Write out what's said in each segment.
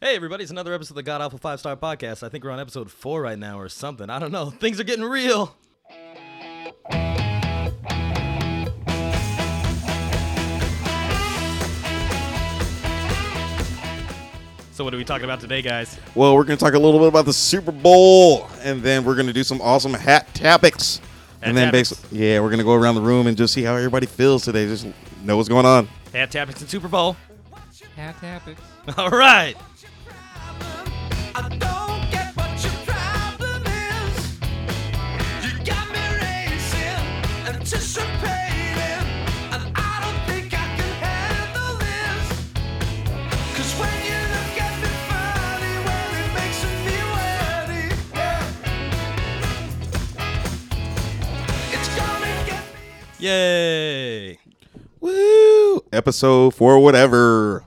Hey, everybody, it's another episode of the God Awful Five Star Podcast. I think we're on episode four right now or something. I don't know. Things are getting real. So, what are we talking about today, guys? Well, we're going to talk a little bit about the Super Bowl, and then we're going to do some awesome hat topics. Hat and then topics. basically, yeah, we're going to go around the room and just see how everybody feels today. Just know what's going on. Hat topics and Super Bowl. Hat topics. All right. Yay. Woo! Episode four, whatever.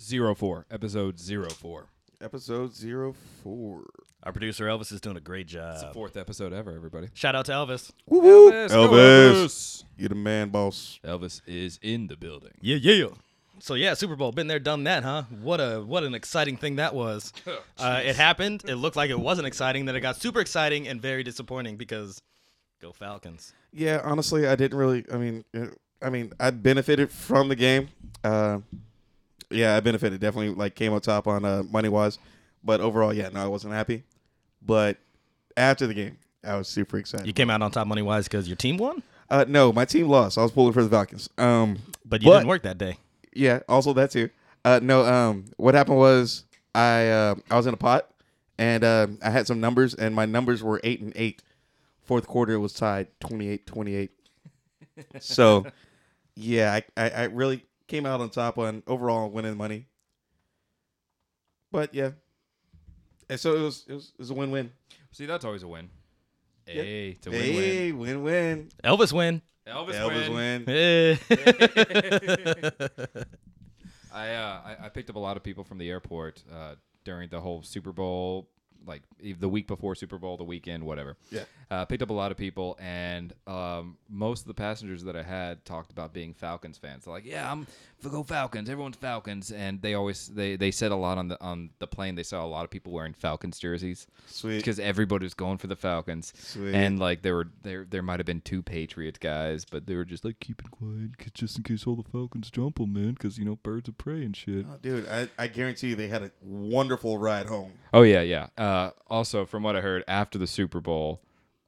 Zero four. Episode zero four. Episode zero four. Our producer, Elvis, is doing a great It's the job. fourth episode ever, everybody. Shout out to Elvis. Woo woo! Elvis, Elvis, go you the man, boss. Elvis is in the building. Yeah, yeah. So yeah, Super Bowl, been there, done that, huh? What a what an exciting thing that was. Oh, Uh, it happened. It looked like it wasn't exciting. Then it got super exciting and very disappointing because go Falcons. Yeah, honestly, I didn't really. I mean, it- I mean, I benefited from the game. Uh, yeah, I benefited. Definitely, like came on top on uh, money wise, but overall, yeah, no, I wasn't happy. But after the game, I was super You excited. came out on top money wise because your team won, Uh, no, my team lost. I was pulling for the Falcons. Um, but you But- didn't work that day. yeah, also that too. Uh, no, um, what happened was I uh, I was in a pot and uh, I had some numbers and my numbers were eight and eight. Fourth quarter it was tied 28-28. so yeah, I, I, I really came out on top on overall winning money. But yeah. And so it was it was, it was a win win. See, that's always a win. Yeah. Hey, to win win. Hey, win win. Elvis win. Elvis, Elvis win. Eh. I, uh, I I picked up a lot of people from the airport uh, during the whole Super Bowl, like e- the week before Super Bowl, the weekend, whatever. Yeah. Uh, picked up a lot of people, and um, most of the passengers that I had talked about being Falcons fans. They're like, "Yeah, I'm f- go Falcons. Everyone's Falcons." And they always they, they said a lot on the on the plane. They saw a lot of people wearing Falcons jerseys Sweet. because everybody was going for the Falcons. Sweet. And like there were there there might have been two Patriots guys, but they were just like keep it quiet, 'cause just in case all the Falcons jump 'em, man, because you know birds of prey and shit. Oh, dude, I, I guarantee you they had a wonderful ride home. Oh yeah, yeah. Uh, also, from what I heard after the Super Bowl,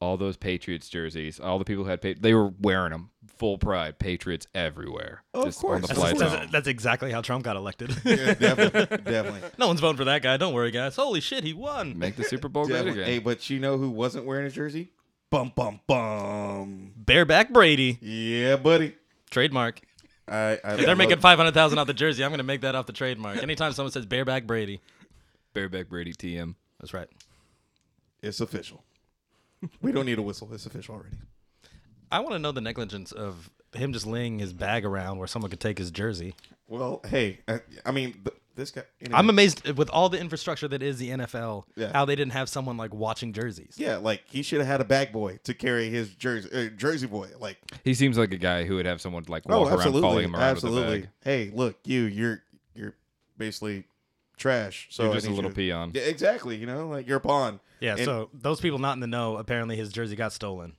all those Patriots jerseys, all the people who had pa- they were wearing them full pride. Patriots everywhere. Oh, Of just course. on the That's flights. course. home. that's, that's exactly how Trump got elected. Yeah, definitely, definitely. no one's voting for that guy. Don't worry, guys. Holy shit, he won. Make the Super Bowl great Definitely. again. Hey, but you know who wasn't wearing a jersey? Bum bum bum. Bareback Brady Yeah, buddy. trademark. I, I If they're making five hundred thousand off the jersey, I'm gonna make that off the trademark. Anytime someone says bareback Brady, Bareback Brady TM. that's right. It's official. We don't need a whistle. It's official already. I want to know the negligence of him just laying his bag around where someone could take his jersey. Well, hey, I, I mean, th- this guy. anyway. I'm amazed with all the infrastructure that is the NFL, Yeah. how they didn't have someone like watching jerseys. yeah, like he should have had a bag boy to carry his jersey, uh, jersey boy. Like, He seems like a guy who would have someone like oh, walk around absolutely, following him around with a absolutely. bag. Hey, look, you, you're, you're basically trash. So You're I just a need little you to- peon. Yeah, exactly. You know, like you're a pawn. Yeah, And- so those people not in the know, apparently his jersey got stolen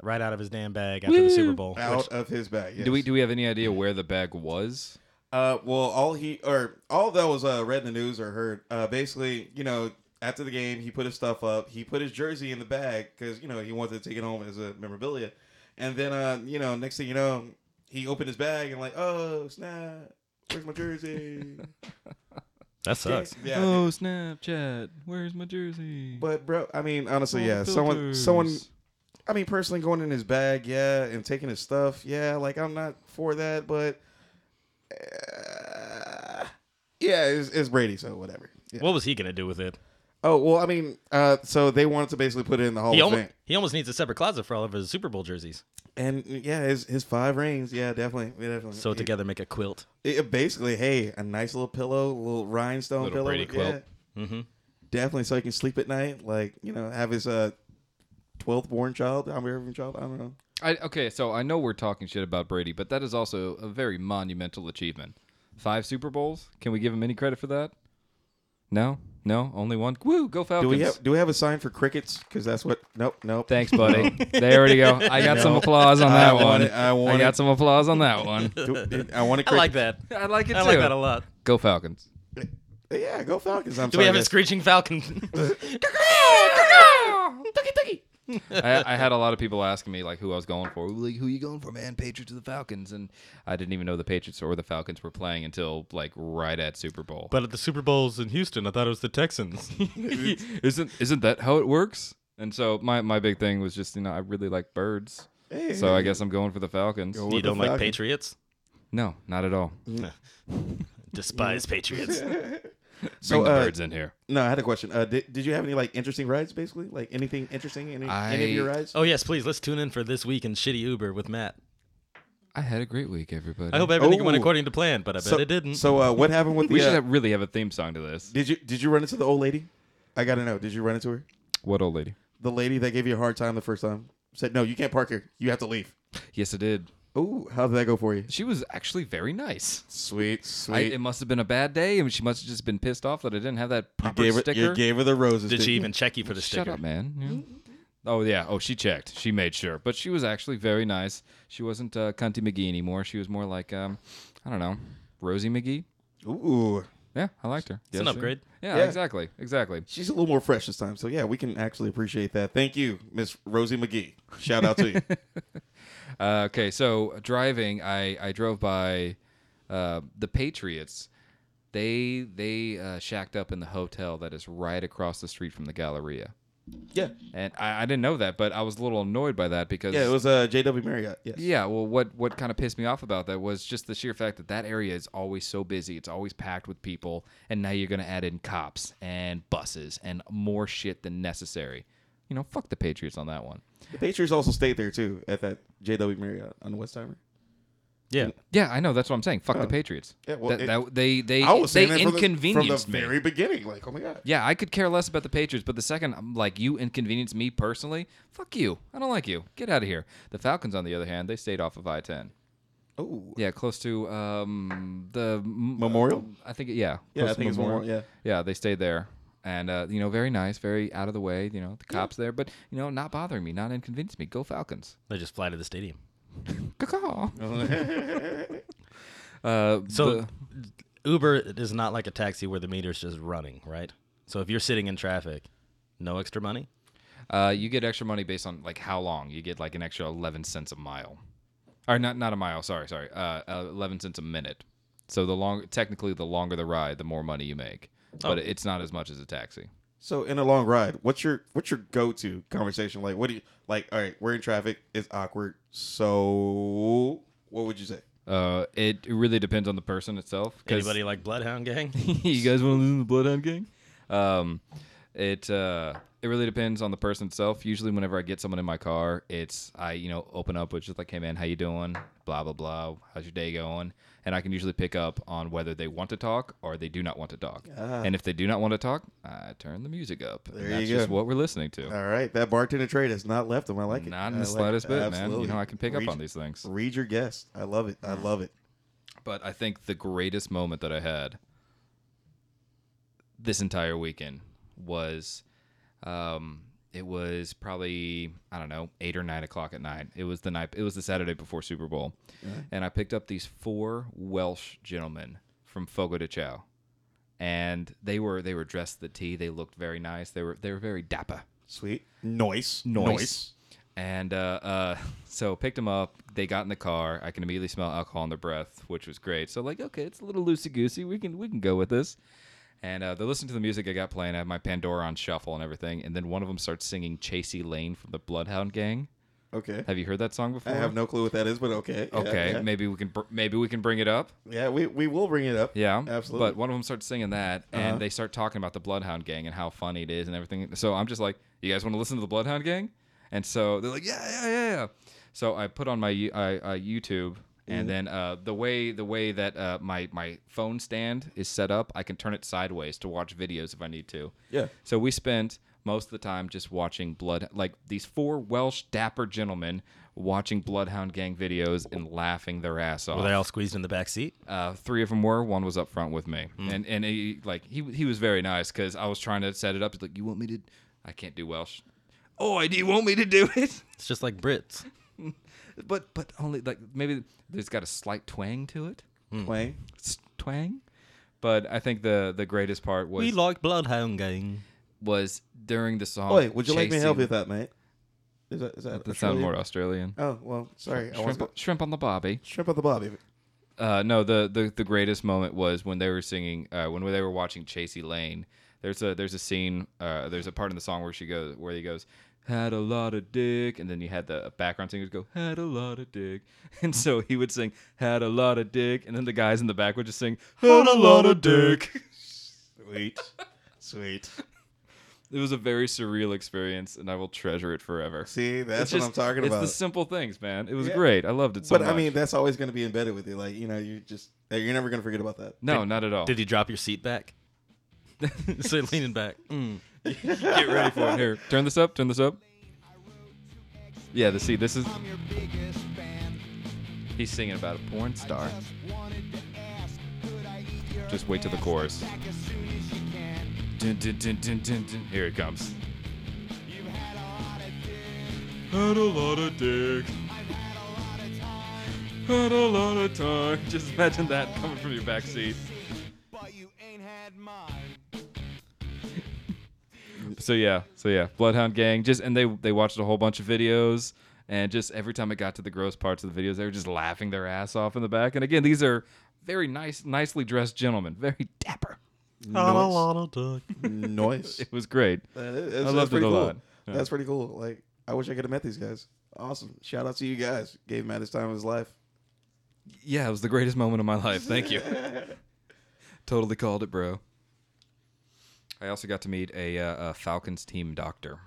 right out of his damn bag after the Super Bowl. out which- of his bag. Yes. Do we do we have any idea where the bag was? Uh, well, all he or all that was uh, read in the news or heard. Uh, basically, you know, after the game, he put his stuff up. He put his jersey in the bag because you know he wanted to take it home as a memorabilia. And then, uh, you know, next thing you know, he opened his bag and like, oh snap, where's my jersey? that sucks. Yeah. Oh. dude. Snapchat, where's my jersey? But bro, I mean, Oh, honestly, yeah, someone, someone. I mean, personally, going in his bag, yeah, and taking his stuff, yeah. Like I'm not for that, but uh, yeah, it's, it's Brady, so whatever. Yeah. What was he gonna do with it? Oh well, I mean, uh, so they wanted to basically put it in the Hall He of almost Fame, he almost needs a separate closet for all of his Super Bowl jerseys. and yeah, his his five rings, yeah, definitely, yeah, definitely. So It- together make a quilt. it- it basically, hey, a nice little pillow, little rhinestone Little pillow, Brady quilt. yeah, hmm definitely, so he can sleep at night, like you know, have his uh twelfth born child, American child, I don't know. I, okay, so I know we're talking shit about Brady, but that is also a very monumental achievement. Five Super Bowls. Can we give him any credit for that? No, no, only one. Woo, go Do Falcons! we have Do we have a sign for crickets? Because that's what. Nope. Nope. Thanks, buddy. there we go. I got some applause on I that want one. it, I want got it. some applause on that one. Do- I want I a cricket. like that. I like it I too. like that a lot. Go Falcons. Yeah, go Falcons. I'm Do sorry, we have a guys. screeching falcon? I, I had a lot of people asking me like who I was going for. Like, who you going for, man? Patriots or the Falcons? And I didn't even know the Patriots or the Falcons were playing until like right at Super Bowl. but at the Super Bowls in Houston, I thought it was the Texans. isn't isn't that how it works? And so my, my big thing was just you know I really like birds, Hey, so I guess I'm going for the Falcons. Go you with Mm. the don't like Falcons. Patriots? No, not at all. Bring Despise Patriots. So the uh, birds in here. no, I had a question. Uh, did, did you have any like interesting rides? Basically, like anything interesting? Any, any of I- your rides? Oh yes, please. Let's tune in for this week in Shitty Uber with Matt. I had a great week, everybody. I hope everything went Oh. according to plan, but I bet so, it didn't. So uh, what happened with we the? should Uh, have, really have a theme song to this. did you Did you run into the old lady? I gotta know. Did you run into her? What old lady? The lady that gave you a hard time the first time said, "No, you can't park here. You have to leave." Yes, I did. Oh, how did that go for you? She was actually very nice. Sweet, I, sweet. it must have been a bad day, and she must have just been pissed off that I didn't have that you proper gave her, sticker. you gave her the roses. Did didn't she you? even check you for the Shut sticker? up, man. Mm-hmm. Yeah. Oh yeah. Oh, she checked. She made sure, but she was actually very nice. She wasn't uh, cunty McGee anymore. She was more like, um, I don't know, Rosie McGee. Ooh, Yeah, I liked her. an Yes, upgrade. Yeah, Yeah. exactly, exactly. she's a little more fresh this time. So yeah, we can actually appreciate that. Thank you, Miss Rosie McGee. Shout out to you. Uh, okay, so driving, I I drove by uh, the Patriots. They they uh, shacked up in the hotel that is right across the street from the Galleria, yeah, and I, I didn't know that, but I was a little annoyed by that because yeah. It was uh, J.W. Marriott. Yes. Yeah, well, what what kind of pissed me off about that was just the sheer fact that that area is always so busy. It's always packed with people, and now you're going to add in cops and buses and more shit than necessary. You know, fuck the Patriots on that one. The Patriots also stayed there too at that J.W. Marriott on the Westheimer. Yeah. Yeah, I know. That's what I'm saying. Fuck the Patriots. Yeah, well, That- it- that- they they I was they saying that from the- inconvenienced from the me. very beginning. Like, oh my god. yeah, I could care less about the Patriots, but the second I'm like you inconvenience me personally, fuck you. I don't like you. Get out of here. The Falcons, on the other hand, they stayed off of I-10. Oh, Yeah, close to um, the Memorial. I think yeah. Yeah, close I to think it's Um, Memorial. Yeah. yeah, they stayed there. And uh, you know, very nice, very out of the way. You know, the cops there, but you know, not bothering me, not inconveniencing me. Go Falcons! They just fly to the stadium. Caw-caw. uh, So the- Uber is not like a taxi where the meter's just running, right? So if you're sitting in traffic, no extra money. uh, you get extra money based on like how long. You get like an extra eleven cents a mile, or not not a mile. Sorry, sorry, uh, uh, eleven cents a minute. So the long, technically, the longer the ride, the more money you make. Oh. But it's not as much as a taxi. So in a long ride, what's your what's your go to conversation like? What do you like? All right, we're in traffic. It's awkward. So what would you say? Uh, it really depends on the person itself. 'cause- Anybody like Bloodhound Gang? you guys want to listen to the Bloodhound Gang? Um, it uh, it really depends on the person itself. Usually, whenever I get someone in my car, it's I you know open up with just like, hey man, how you doing? Blah blah blah. How's your day going? And I can usually pick up on whether they want to talk or they do not want to talk. And if they do not want to talk, I turn the music up. And Ah. There that's you just go. what we're listening to. All right, that bartender trade has not left him. I like it. Not I in the like it. slightest bit, man. You Absolutely. know, I can pick Read- up on these things. Read your guest. I love it. I love it. But I think the greatest moment that I had this entire weekend was um, it was probably I don't know eight or nine o'clock at night. It was the night. It was the Saturday before Super Bowl, and I picked up these four Welsh gentlemen from Fogo de Chao, and they were they were dressed to the T. They looked very nice. They were they were very dapper. Sweet noise, Noise. And uh, uh, so picked them up. They got in the car. I can immediately smell alcohol in their breath, which was great. So like, okay, it's a little loosey goosey. We can we can go with this. And uh, they're listening to the music I got playing. I have my Pandora on shuffle and everything. And then one of them starts singing Chasey Lane from the Bloodhound Gang. Okay, Have you heard that song before? I have no clue what that is, but okay. Yeah, Okay, yeah. maybe we can br- maybe we can bring it up. Yeah, we, we will bring it up. Yeah, absolutely. Uh-huh. But one of them starts singing that, and they start talking about the Bloodhound Gang and how funny it is and everything. So I'm just like, you guys want to listen to the Bloodhound Gang? And so they're like, yeah, yeah, yeah, yeah. So I put on my Yo- I, uh, YouTube, Mm-hmm. and then uh, the way the way that uh, my my phone stand is set up, I can turn it sideways to watch videos if I need to. Yeah. So we spent most of the time just watching blood like these four Welsh dapper gentlemen watching Bloodhound Gang videos and laughing their ass off. Were they all squeezed in the back seat? Uh, three of them were. One was up front with me, Hmm. and and he like he he was very nice because I was trying to set it up. He's like, "You want me to? I can't do Welsh. Oh, do you want me to do it? It's just like Brits. but but only like maybe there's got a slight twang to it. Play. S- Twang. But I think the the greatest part was We like Bloodhound Gang. was during the song. Oh, wait, would you like me to help you Chasing- with that, mate? Is that, is that, That sounds Australian? more Australian. Oh well, sorry. I Shrimp, want shrimp on the bobby. shrimp on the bobby. Uh, no, the, the the greatest moment was when they were singing, uh, when they were watching Chasey Lane. There's a there's a scene, uh, there's a part in the song where she goes, where he goes, had a lot of dick, and then you had the background singers go, had a lot of dick, and so he would sing, had a lot of dick, and then the guys in the back would just sing, had a lot of dick. Sweet, sweet. It was a very surreal experience, and I will treasure it forever. See, that's It's what just- I'm talking about. It's the simple things, man. It was Yeah. great. I loved it so but much. I mean, that's always going to be embedded with you. Like you know, you just you're never going to forget about that. no, not at all. Did you drop your seat back? so leaning back. Mm. get ready for it. Here, turn this up. Turn this up. Yeah, the see, this is I'm your biggest fan. he's singing about a porn star. Just wanted to ask, could I eat your Just wait till the ass chorus. back as soon as you can? Dun, dun, dun, dun, dun, dun. Here it comes. You've had a lot of dick. Had a lot of dick. I've had a lot of time, Had a lot of time. Just imagine that coming from your back seat. but you ain't had mine. So yeah, so yeah, Bloodhound Gang. Just and they they watched a whole bunch of videos. And just every time it got to the gross parts of the videos, they were just laughing their ass off in the back. And again, these are very nice, nicely dressed gentlemen, very dapper. Noise. Noise. It was great. That is- that's- I loved that's pretty it a cool. lot. Yeah. That's pretty cool. Like I wish I could have met these guys. Awesome. Shout out to you guys. Gave Matt his time of his life. Yeah, it was the greatest moment of my life. Thank you. totally called it, bro. I also got to meet a, uh, a Falcons team doctor.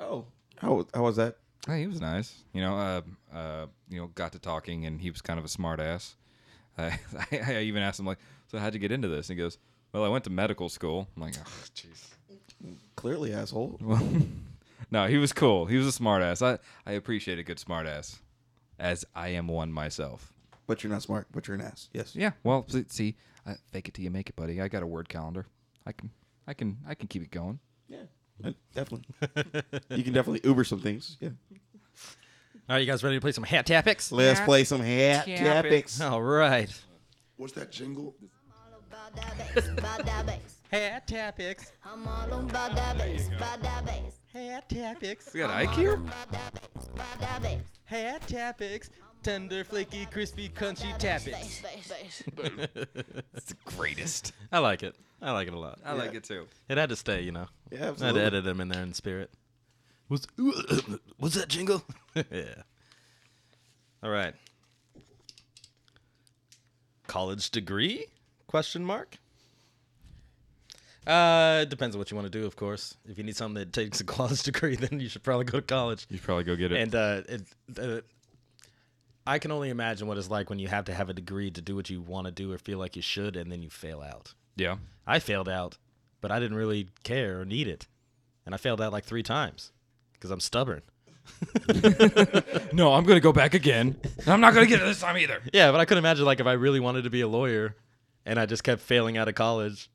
Oh, how how was that? Hey, he was nice. You know, uh, uh, you know, got to talking, and he was kind of a smart ass. I, I, even asked him like, "So how'd you get into this?" And he goes, "Well, I went to medical school." I'm like, "Ugh, "Jeez." Clearly, asshole. no, he was cool. He was a smart ass. I I appreciate a good smart ass, as I am one myself. But you're not smart. But you're an ass. Yes. Yeah. Well, see, see I fake it till you make it, buddy. I got a word calendar. I can, I can, I can keep it going. Yeah. Uh, Definitely. you can definitely Uber some things. Yeah. All right, you guys ready to play some hat topics? Let's play some hat topics. All right. What's that jingle? all about that bass, about that bass. Hat topics. I'm all about that bass, about that bass. Hat topics. We got Ike here. About that bass, about that bass. Hat topics. Tender, flaky, crispy, crunchy Bass, topics. bass, bass. It's the greatest. I like it. I like it a lot. I like it too. It had to stay, you know. Yeah, I had to absolutely. edit them in there in spirit. Was was that jingle? yeah. All right. College degree? Question mark. Uh, it depends on what you want to do, of course. If you need something that takes a college degree, then you should probably go to college. You should probably go get it. And uh, it, uh, I can only imagine what it's like when you have to have a degree to do what you want to do or feel like you should, and then you fail out. yeah. I failed out, but I didn't really care or need it. And I failed out like three times because I'm stubborn. No, I'm gonna go back again. And I'm not gonna get it this time either. Yeah, but I could imagine like if I really wanted to be a lawyer and I just kept failing out of college,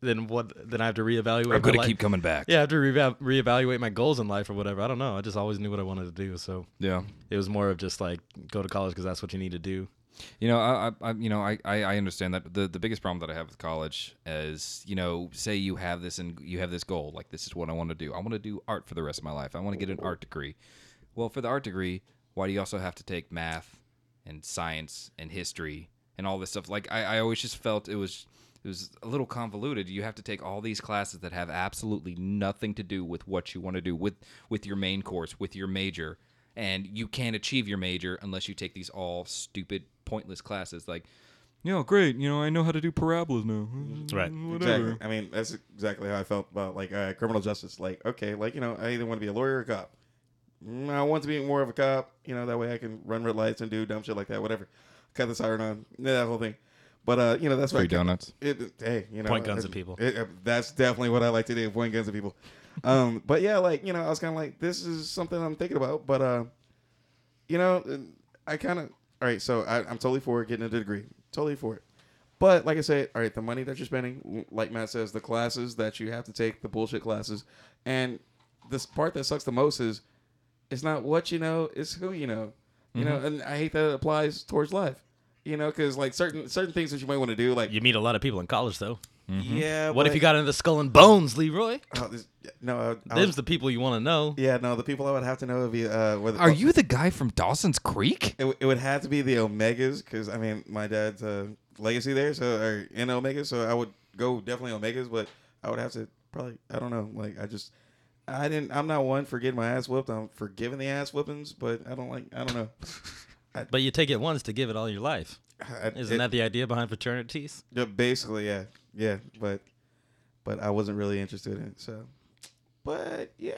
then what then I have to reevaluate I'm my gonna life. keep coming back. yeah, I have to reeva reevaluate my goals in life or whatever. I don't know. I just always knew what I wanted to do, so Yeah. it was more of just like go to college because that's what you need to do. You know, I, I I- you know, I, I I understand that the the biggest problem that I have with college is, you know, say you have this and you have this goal, like this is what I want to do. I want to do art for the rest of my life. I want to get an art degree. Well, for the art degree, why do you also have to take math and science and history and all this stuff? Like I, I always just felt it was it was a little convoluted. You have to take all these classes that have absolutely nothing to do with what you want to do with with your main course, with your major and you can't achieve your major unless you take these all stupid pointless classes like you know great you know i know how to do parabolas now Right. Exactly. I mean, that's exactly how I felt about like uh, criminal justice. Like, okay, like you know, I either want to be a lawyer or a cop. Mm, I want to be more of a cop. You know, that way I can run red lights and do dumb shit like that. Whatever. Cut the siren on. yeah, That whole thing. But uh, you know that's Free what I- donuts. It, hey, you know, Point guns it- at people. it- it- that's definitely what I like to do. Point guns at people. Um, but yeah, like you know, I was kind of like, this is something I'm thinking about. But uh, you know, I kind of all right. So I, I'm totally for getting a degree. Totally for it. But like I said, all right, the money that you're spending, like Matt says, the classes that you have to take, the bullshit classes, and this part that sucks the most is, it's not what you know, it's who you know. You Mm-hmm. know, and I hate that it applies towards life. You know, because like certain certain things that you might want to do, like You meet a lot of people in college, though. yeah. Mm-hmm. What if but- you got into Skull and Bones, Leroy? Oh, this, no, I, I Them's was- the people you want to know. yeah, no. The people I would have to know would be uh, whether, Are you the guy from Dawson's Creek? It, would- it would have to be the Omegas because I mean my dad's uh, legacy there, so or in Omegas, so I would go definitely Omegas, but I would have to probably I don't know, like I just I didn't. I'm not one for getting my ass whooped. I'm for giving the ass whoopings, but I don't like I don't know. But you take it once to give it all your life. I, Isn't that the idea behind fraternities? Yeah, basically, yeah, yeah, but but I wasn't really interested in it, so. But yeah,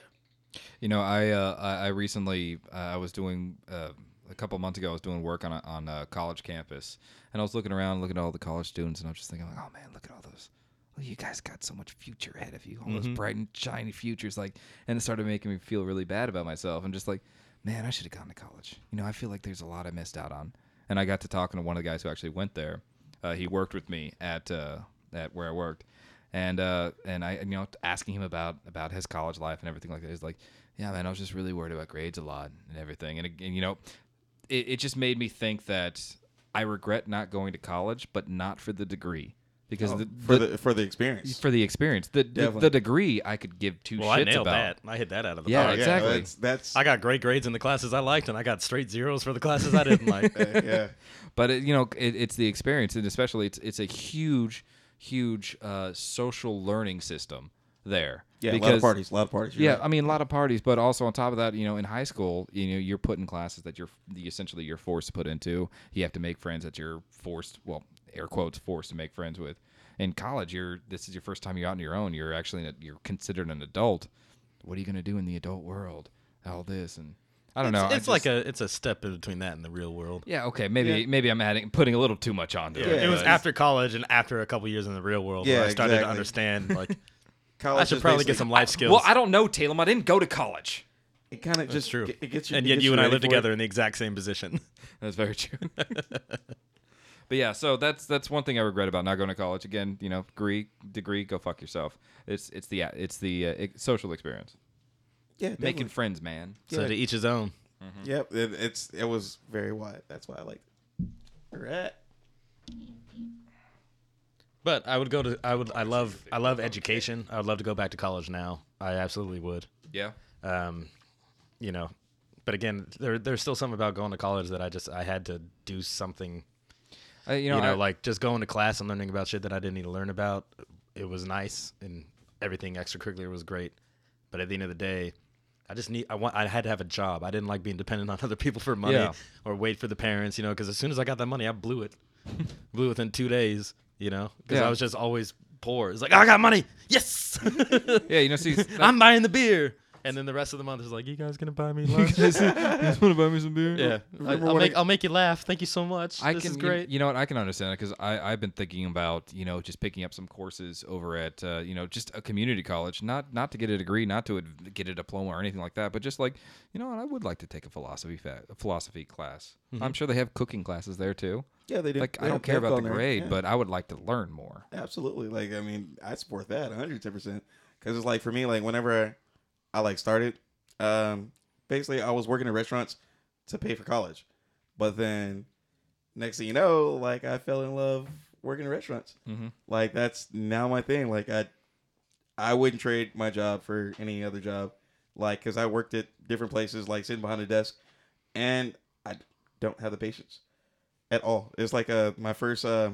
You know, I uh, I, I recently uh, I was doing uh, a couple months ago. I was doing work on a, on a college campus, and I was looking around, looking at all the college students, and I was just thinking, like, oh man, look at all those. Well, you guys got so much future ahead of you, all those bright and shiny futures. Like, and it started making me feel really bad about myself. I'm just like, man, I should have gone to college. You know, I feel like there's a lot I missed out on. And I got to talking to one of the guys who actually went there. Uh, he worked with me at uh, at where I worked and uh and I you know asking him about about his college life and everything like that. He's like, yeah, man, I was just really worried about grades a lot and everything. And, it- and you know, it, it just made me think that I regret not going to college, but not for the degree because the, Oh, for the- the for the experience. for the experience, the the, Definitely. the degree I could give two Well, shits I nailed about. that. I hit that out of the Yeah, park. ex- exactly. that's that's I got great grades in the classes I liked, and I got straight zeros for the classes I didn't like. yeah. but it, you know it, it's the experience and especially it's it's a huge huge uh, social learning system there Yeah, a lot of Because- parties, a lot of parties. you're yeah right. i mean a lot of parties but also on top of that you know in high school you know you're put in classes that you're you essentially you're forced to put into you have to make friends that you're forced well air quotes forced to make friends with in college you're this is your first time you're out on your own you're actually a, you're considered an adult what are you going to do in the adult world all this and i don't It's, know I it's like just- a it's a step in between that and the real world. yeah okay maybe maybe i'm adding putting a little too much onto it it was but- after college and after a couple years in the real world Yeah, where I started to exactly. understand like College I should is probably basically- get some life skills. Well, I don't know, Talem. I didn't go to college. It kind of just true. It gets you, and it yet gets you and I ready live for it. together in the exact same position. That's very true. but yeah, so that's that's one thing I regret about not going to college. Again, you know, degree, degree, go fuck yourself. It's it's the it's the uh, ex- social experience, Yeah, making definitely. friends, man. So to each his own. Yep, it, it's it was very wide. That's why I liked it. Right. But I would go to I would I love I love education. I would love to go back to college now. I absolutely would. Yeah, Um, you know, but again, there there's still something about going to college that I just I had to do something. I, you You know, know, I- like just going to class and learning about shit that I didn't need to learn about. It was nice and everything extracurricular was great. But at the end of the day, I just need I want I had to have a job. I didn't like being dependent on other people for money Yeah. or wait for the parents. You know, because as soon as I got that money, I blew it. blew it within two days. You know, because Yeah. I was just always poor. It's like I got money. Yes. yeah, you know, see, I'm buying the beer. And then the rest of the month is like, you guys gonna buy me lunch? just want to buy me some beer. yeah, I, Remember will when I- make, I'll make you laugh. Thank you so much. I this can, is you- great. You, know what? I can understand it because I've been thinking about you know just picking up some courses over at uh, you know just a community college, not not to get a degree, not to ad- get a diploma or anything like that, but just like you know what, I would like to take a philosophy fa- a philosophy class. I'm sure they have cooking classes there too. Mm-hmm. Yeah, they do. Like They I don't have- care they have about the culinary, grade, yeah. but I would like to learn more. Absolutely. Like, I mean, I support that 110%. Because it's like, for me, like, whenever I, like, started, um, basically, I was working in restaurants to pay for college. But then, next thing you know, like, I fell in love working in restaurants. Mhm. Like, that's now my thing. Like, I, I wouldn't trade my job for any other job. Like, because I worked at different places, like, sitting behind a desk. And I don't have the patience at all. It's like, uh, my first, uh,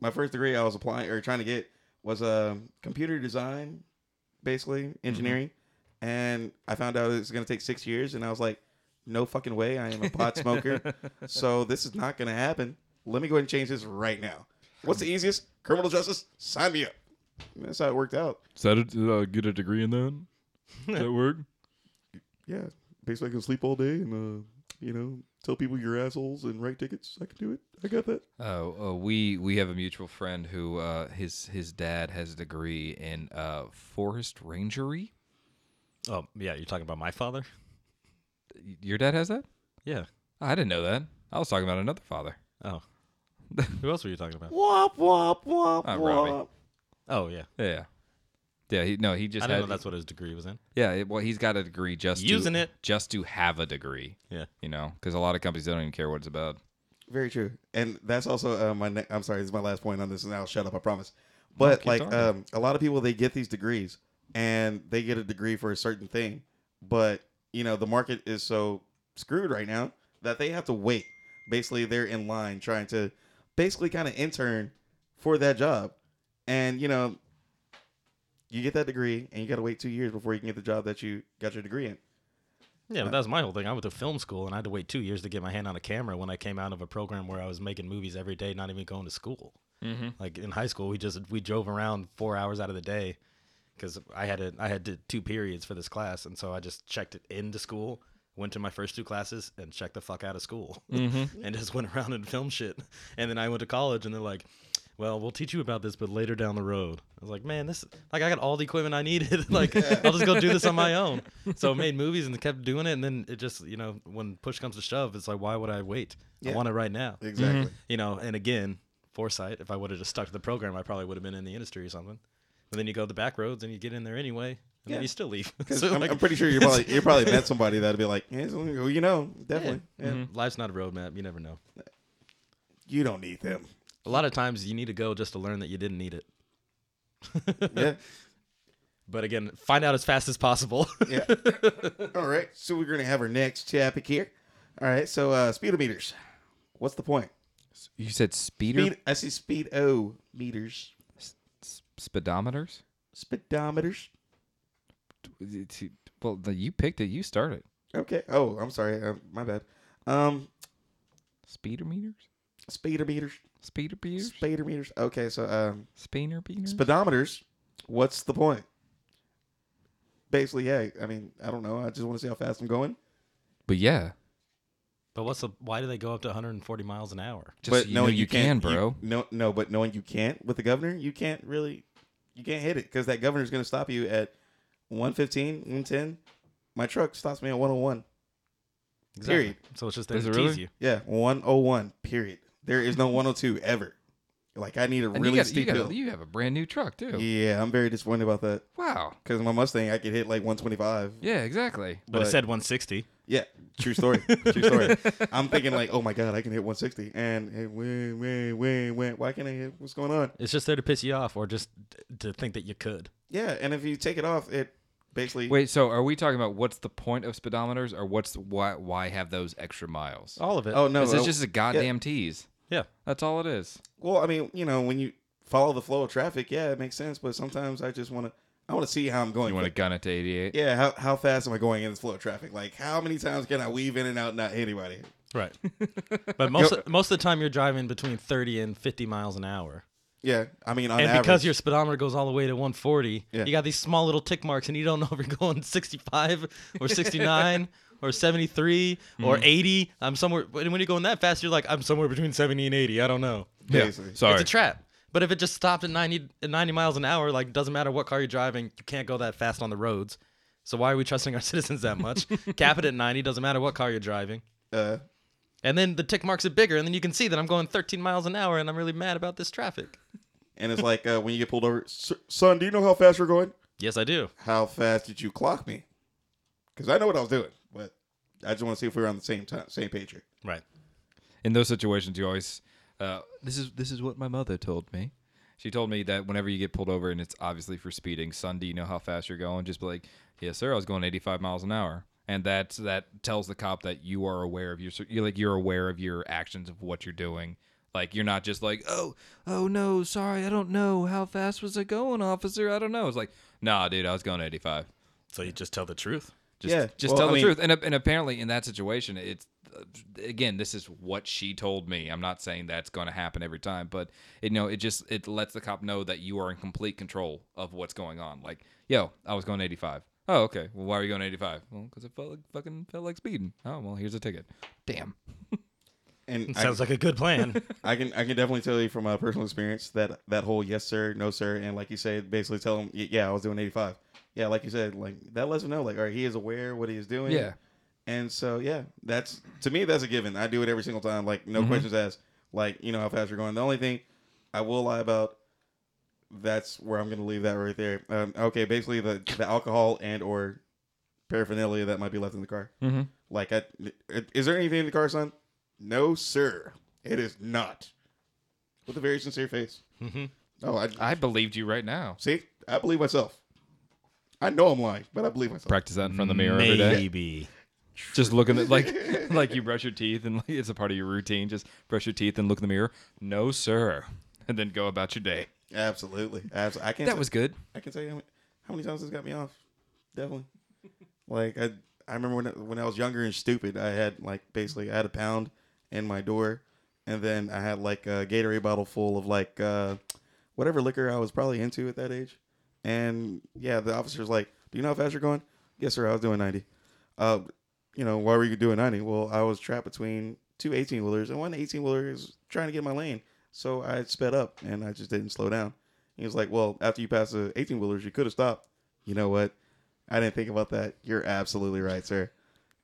my first degree I was applying or trying to get was um, computer design, basically engineering, and I found out it was going to take six years, and I was like, no fucking way, I am a pot smoker, so this is not going to happen. Let me go ahead and change this right now. What's the easiest? Criminal justice. Sign me up. And that's how it worked out. So did I get a degree in that? Does that work? Yeah, basically I can sleep all day and uh, you know tell people you're assholes and write tickets. I can do it. I got that. Oh, oh, we we have a mutual friend who uh, his his dad has a degree in uh, forest rangery. Oh yeah, you're talking about my father. Y- Your dad has that? Yeah. I didn't know that. I was talking about another father. Oh. Who else were you talking about? Womp womp womp Ah, Robbie. womp. Oh yeah. Yeah, yeah. He no, he just I didn't had, know that's what his degree was in. yeah. it- Well, he's got a degree just to- Using it. just to have a degree. Yeah. You know, because a lot of companies don't even care what it's about. Very true. And that's also uh, my. Ne- I'm sorry, this is my last point on this, and I'll shut up. I promise. But keep like talking. um, a lot of people, they get these degrees, and they get a degree for a certain thing. But you know, the market is so screwed right now that they have to wait. Basically, they're in line trying to basically kind of intern for that job, and you know, you get that degree, and you got to wait two years before you can get the job that you got your degree in. Yeah, but that was my whole thing. I went to film school and I had to wait two years to get my hand on a camera when I came out of a program where I was making movies every day, not even going to school. Mm-hmm. Like in high school, we just we drove around four hours out of the day because I had a, I had to, two periods for this class, and so I just checked it into school, went to my first two classes, and checked the fuck out of school, and just went around and filmed shit. And then I went to college, and they're like. Well, we'll teach you about this, but later down the road. I was like, man, this like I got all the equipment I needed. like I'll just go do this on my own. So I made movies and kept doing it, and then it just you know when push comes to shove, it's like why would I wait? I want it right now. Exactly. You know, and again, foresight. If I would have just stuck to the program, I probably would have been in the industry or something. But then you go the back roads and you get in there anyway, and Yeah. then you still leave. Because So, I'm, like, I'm pretty sure you probably you probably met somebody that'd be like, "Yeah, so, you know, definitely. yeah, Mm-hmm. life's not a roadmap. You never know. You don't need them. A lot of times you need to go just to learn that you didn't need it. Yeah. But again, find out as fast as possible. Yeah. All right. So we're gonna have our next topic here. All right. So uh speedometers. What's the point? You said speeder Speed. I see speed o meters. s- speedometers. Speedometers. Well, the, you picked it. You started Okay. Oh, I'm sorry. Uh, my bad. Um, speeder meters, speedometers. speeder meters, Speedometers. Okay. So um, speeder meters. speedometers. What's the point? Basically, yeah. I mean, I don't know. I just want to see how fast I'm going. but yeah, but what's the why do they go up to 140 miles an hour? just but you know knowing you can, can't- you- bro. no, no, but knowing you can't with the governor, you can't really, you can't hit it because that governor's going to stop you at 115, 110. My truck stops me at 101. Period. So it's just there Is to it tease really? you. Yeah, 101. Period. There is no 102 ever. Like I need a And really you, got, you, steep got- hill. you have a brand new truck too. Yeah, I'm very disappointed about that Wow. because my Mustang I could hit like 125. Yeah, exactly. But, it But- said 160. Yeah, true story. true story. I'm thinking like, oh my god, I can hit 160, and hey, wait, wait, wait, wait, why can't I hit? What's going on? It's just there to piss you off or just t- to think that you could. Yeah, and if you take it off, it basically Wait, so are we talking about what's the point of speedometers, or what's why why have those extra miles? All of it. Oh no! Is uh, it just a goddamn tease? yeah. That's all it is. well, I mean, you know, when you follow the flow of traffic, yeah, it makes sense. But sometimes I just want to, I want to see how I'm going. You want to gun it to 88? yeah, how, how fast am I going in this flow of traffic? Like, how many times can I weave in and out, and not hit anybody? Right. but most of, most of the time you're driving between 30 and 50 miles an hour. Yeah, I mean, on and average, because your speedometer goes all the way to 140, Yeah. you got these small little tick marks and you don't know if you're going 65 or 69 or 73 or 80. I'm somewhere when when you're going that fast you're like I'm somewhere between 70 and 80. I don't know. basically. Sorry. It's a trap. But if it just stopped at 90 at 90 miles an hour, like doesn't matter what car you're driving, you can't go that fast on the roads. So why are we trusting our citizens that much? Cap it at 90, doesn't matter what car you're driving. uh, And then the tick marks are bigger, and then you can see that I'm going 13 miles an hour, and I'm really mad about this traffic. and it's like uh, when you get pulled over, "S- son, do you know how fast you're going? Yes, I do. How fast did you clock me? Because I know what I was doing, but I just want to see if we were on the same time, same page here. Right. In those situations, you always uh, this is this is what my mother told me. She told me that whenever you get pulled over and it's obviously for speeding, son, do you know how fast you're going? Just be like, yes, sir, I was going 85 miles an hour, and that's that tells the cop that you are aware of your you're like you're aware of your actions of what you're doing. Like you're not just like, oh, oh no, sorry, I don't know how fast was I going, officer? I don't know. It's like, nah, dude, I was going 85. So you just tell the truth. Just, Yeah, just well, tell I the mean- truth. And, ap- and apparently, in that situation, it's uh, again, this is what she told me. I'm not saying that's going to happen every time, but you know, it just it lets the cop know that you are in complete control of what's going on. Like, yo, I was going 85. Oh, okay. Well, why are you going 85? Well, because it felt like fucking felt like speeding. Oh, well, here's a ticket. Damn. And I, Sounds like a good plan. I can I can definitely tell you from my personal experience that that whole yes sir, no sir, and like you say, basically tell him "Y- yeah I was doing eighty five. Yeah, like you said, like that lets him know like all right he is aware what he is doing. Yeah. And so yeah, that's to me that's a given. I do it every single time, like no questions asked. Like you know how fast you're going. The only thing I will lie about that's where I'm gonna leave that right there. Um, okay, basically the the alcohol and or paraphernalia that might be left in the car. Mhm. Like, I, is there anything in the car, son? No, sir. It is not. With a very sincere face. Oh, I, I believed you right now. see. I believe myself. I know I'm lying, but I believe myself. Practice that in front of the mirror every day. Maybe. Just look in the like like you brush your teeth and like, it's a part of your routine. Just brush your teeth and look in the mirror. No, sir. And then go about your day. Absolutely. Absolutely. I can't. That t- was good. I can tell you how many, how many times this got me off. Definitely. like I, I remember when I, when I was younger and stupid, I had like basically I had a pound in my door, and then I had like a Gatorade bottle full of like uh, whatever liquor I was probably into at that age, and yeah, the officer's like, "Do you know how fast you're going?" Yes, sir. I was doing ninety. Uh, you know why were you doing ninety? Well, I was trapped between two 18 wheelers, and one 18 wheeler is trying to get in my lane, so I sped up and I just didn't slow down. He was like, "Well, after you pass the 18 wheelers, you could have stopped." You know what? I didn't think about that. You're absolutely right, sir.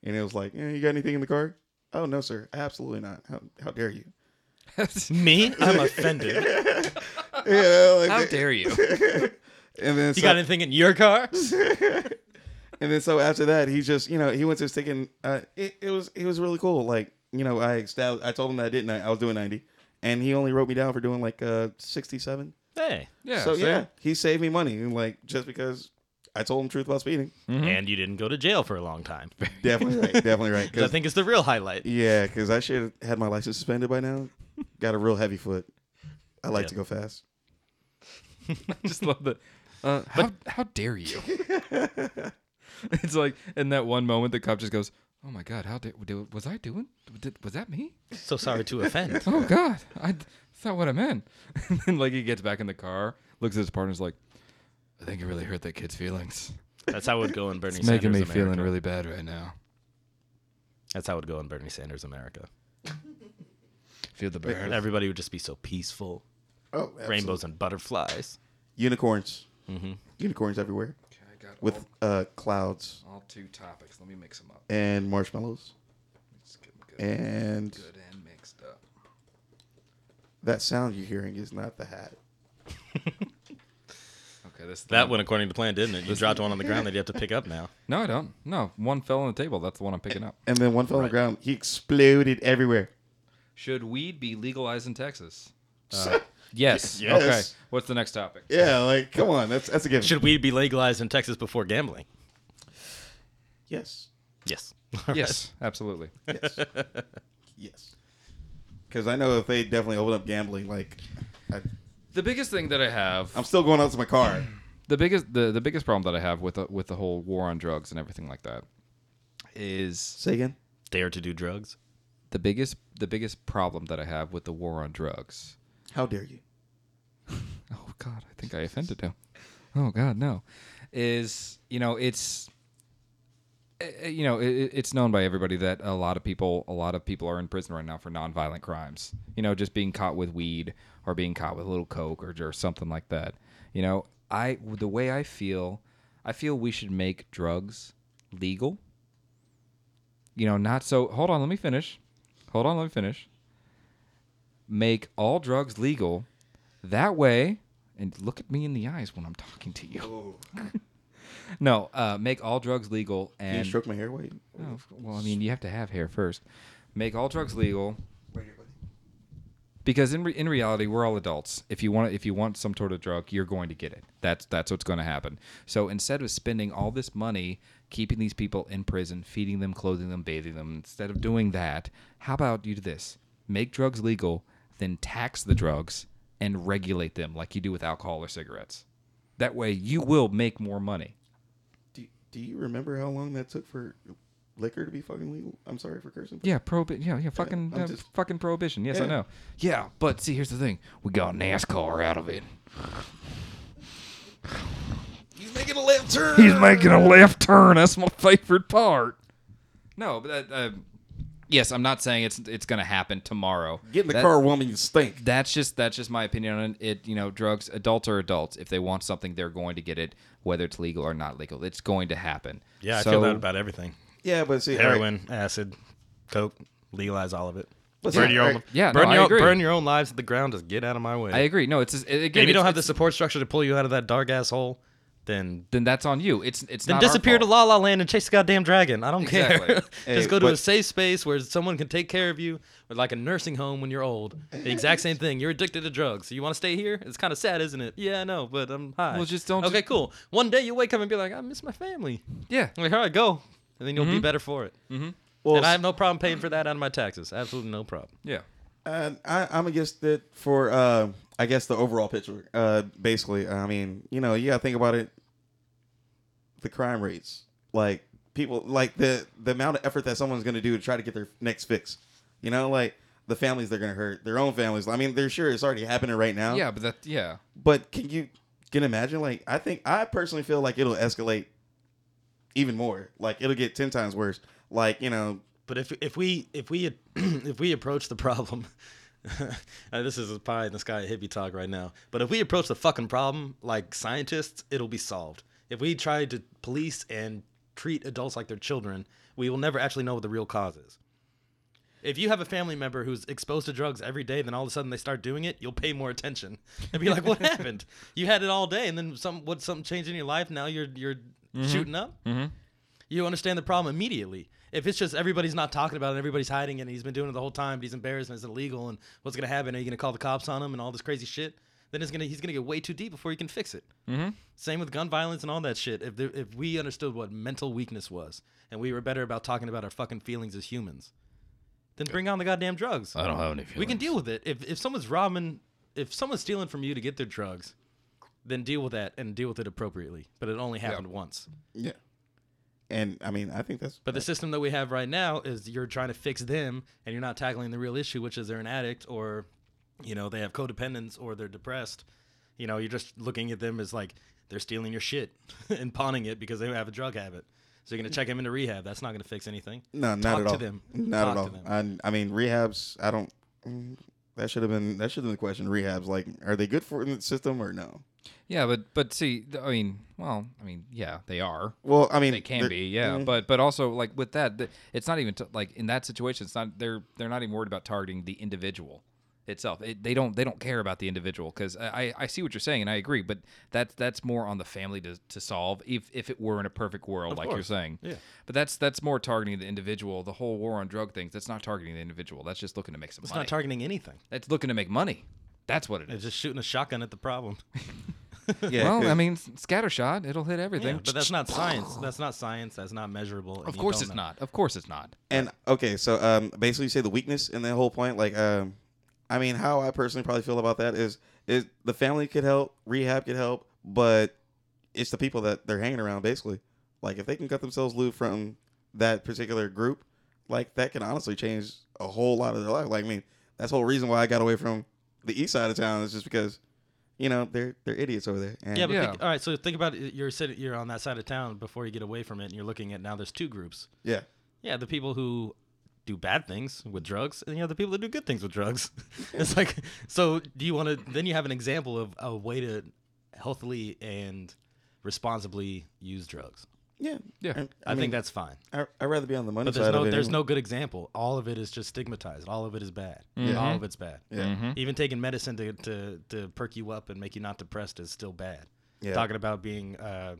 And it was like, eh, you got anything in the car? Oh no, sir. Absolutely not. How, how dare you? Me? I'm offended. You know, like- How dare you? and then You so, got anything in your car? and then so after that, he just you know he went to his ticket. Uh, it, it was it was really cool. Like you know I estab- I told him that I didn't. I, I was doing 90, and he only wrote me down for doing like uh 67. Hey. Yeah. so same. yeah, he saved me money. And like just because I told him the truth about speeding. And you didn't go to jail for a long time. 'Cause Definitely right. Definitely right. I think it's the real highlight. Yeah, because I should have had my license suspended by now. Got a real heavy foot. I like Yeah. to go fast. just love that. Uh, how, how dare you? it's like in that one moment, the cop just goes, "Oh my god, how did, did was I doing? Did, was that me? So sorry to offend. Oh god, I that's not what I meant." and then like he gets back in the car, looks at his partner, is like, "I think it really hurt that kid's feelings. That's how it would go in Bernie It's Sanders making me America. feeling really bad right now. That's how it would go in Bernie Sanders America. Feel the burn." Everybody would just be so peaceful. Oh, Rainbows and butterflies. Unicorns. Unicorns everywhere I got with uh, clouds all two topics. Let me mix them up. and marshmallows. Let's get 'em good, And and mixed up. that sound you're hearing is not the hat. Okay, this That went according to plan, didn't it? You dropped one on the ground that you have to pick up now. No, I don't. No, one fell on the table. That's the one I'm picking up. And then one fell on the ground. He exploded everywhere. Should weed be legalized in Texas? Uh, Yes. Yes. Okay. What's the next topic? yeah, like come on, that's that's a given. Should we be legalized in Texas before gambling? yes, Yes. Yes, absolutely. yes, yes. Because I know if they definitely open up gambling, like I, The biggest thing that I have, I'm still going out to my car. the biggest the, the biggest problem that I have with the, with the whole war on drugs and everything like that is Say again. Dare to do drugs? the biggest the biggest problem that I have with the war on drugs. How dare you? Oh god, I think I offended him. Oh god, no. Is, you know, it's eh, eh, you know, it, it- it's known by everybody that a lot of people, a lot of people are in prison right now for nonviolent crimes. You know, just being caught with weed or being caught with a little coke or, or something like that. You know, I the way I feel, I feel we should make drugs legal. You know, not so. Hold on, let me finish. Hold on, let me finish. Make all drugs legal. That way, and look at me in the eyes when I'm talking to you. no, uh, make all drugs legal Oh. Can you and stroke my hair white? Oh, f- well, I mean, you have to have hair first. Make all drugs legal. Because in re- in reality, we're all adults. If you want if you want some sort of drug, you're going to get it. That's that's what's going to happen. So instead of spending all this money keeping these people in prison, feeding them, clothing them, bathing them, instead of doing that, how about you do this? Make drugs legal, then tax the drugs and regulate them like you do with alcohol or cigarettes. That way, you will make more money. Do, do you remember how long that took for liquor to be fucking legal? I'm sorry for cursing. but- Yeah, prohibition. Yeah, yeah, fucking, I'm uh, just- fucking prohibition. Yes, I Yeah. know. Yeah, but see, here's the thing: we got NASCAR out of it. He's making making a left turn. He's making a left turn. That's my favorite part. No, but that, uh, yes, I'm not saying it's it's gonna happen tomorrow. Get in the That- car, woman. You stink. That's just that's just my opinion on it. You know, drugs. Adults are adults. If they want something, they're going to get it, whether it's legal or not legal. It's going to happen. Yeah, I So- feel that about everything. Yeah, but see, all right. Heroin, acid, coke, legalize all of it. Listen, burn your all own, right. Yeah, burn no, I your agree. burn your own lives to the ground. Just get out of my way. I agree. No, it's just, it- again. if you it's- don't have the it's- support structure to pull you out of that dark asshole, then then that's on you. It's it's then not our disappear to fault. La La Land and chase a goddamn dragon. I don't Exactly. care. Hey, Just go to a but- safe space where someone can take care of you, or like a nursing home when you're old. The exact same thing. You're addicted to drugs. So you want to stay here? It's kind of sad, isn't it? Yeah, I know, but I'm high. Well, just don't- Okay, cool. One day you wake up and be like, I miss my family. Yeah. I'm like, all right, go, and then you'll be better for it. Well, and I have no problem paying for that out of my taxes. Absolutely no problem. Yeah. Uh, I, I'm against it for, uh, I guess, the overall picture. Uh, basically, I mean, you know, you gotta think about it. The crime rates, like people, like the the amount of effort that someone's gonna do to try to get their next fix. You know, like the families they're gonna hurt, their own families. I mean, they're sure it's already happening right now. Yeah, but that yeah. But can you can you imagine? Like, I think I personally feel like it'll escalate even more. Like, it'll get ten times worse. Like, you know, But if if we if we if we approach the problem, uh, this is a pie in the sky hippie talk right now. But if we approach the fucking problem like scientists, it'll be solved. If we try to police and treat adults like they're children, we will never actually know what the real cause is. If you have a family member who's exposed to drugs every day, then all of a sudden they start doing it, you'll pay more attention and be like, "What happened? You had it all day, and then some. What something changed in your life? Now you're you're shooting up." you understand the problem immediately. If it's just everybody's not talking about it, everybody's hiding it, and he's been doing it the whole time, but he's embarrassed and it's illegal, and what's gonna happen? Are you gonna call the cops on him and all this crazy shit? Then it's gonna he's gonna get way too deep before he can fix it. Mm-hmm. Same with gun violence and all that shit. If there, if we understood what mental weakness was, and we were better about talking about our fucking feelings as humans, then bring on the goddamn drugs. I don't have any We can deal with it. If if someone's robbing, if someone's stealing from you to get their drugs, then deal with that and deal with it appropriately. But it only happened once. yeah. And I mean, I think that's But the system that we have right now is you're trying to fix them and you're not tackling the real issue, which is they're an addict or, you know, they have codependence or they're depressed. You know, you're just looking at them as like they're stealing your shit and pawning it because they have a drug habit. So you're gonna check them into rehab. That's not gonna fix anything. No, not Talk at to all. them. Not Talk to at all. I, I mean, rehabs. I don't. mm, That should have been. That should have been the question. Rehabs, like, are they good for in the system or no? Yeah, but but see, th- I mean, well, I mean, yeah, they are. Well, I mean, They can they're- be, yeah, but but also like with that, th- it's not even t- like in that situation. It's not they're they're not even worried about targeting the individual itself. It, they don't they don't care about the individual because I, I I see what you're saying and I agree, but that's that's more on the family to, to solve if if it were in a perfect world like you're saying. Yeah, but that's that's more targeting the individual. The whole war on drug things. That's not targeting the individual. That's just looking to make some It's money. not targeting anything. that's looking to make money. That's what it It's is. just shooting a shotgun at the problem. Yeah, well, I 'cause- mean, s- scattershot. It'll hit everything. Yeah, but that's not science. That's not science. That's not measurable. and Of you course don't it's know. not. Of course it's not. and okay, so um, basically, you say the weakness in the whole point. Like, um, I mean, how I personally probably feel about that is is the family could help, rehab could help, but it's the people that they're hanging around. Basically, like if they can cut themselves loose from that particular group, like that can honestly change a whole lot of their life. Like, I mean, that's the whole reason why I got away from the east side of town is just because you know they're they're idiots over there. And Yeah, but Yeah. Think, all right. So think about it. You're sitting. You're on that side of town before you get away from it, and you're looking at now. There's two groups. yeah. Yeah, the people who do bad things with drugs, and you know the people that do good things with drugs. it's like, so do you want to? Then you have an example of a way to healthily and responsibly use drugs. Yeah, Yeah. And I, mean, think that's fine, I, I'd rather be on the money but side there's no of it. there's anyway. no good example. All of it is just stigmatized. All of it is bad. All of it's bad. Mm-hmm. Yeah. Even taking medicine to, to to perk you up and make you not depressed is still bad. Yeah. Talking about being uh,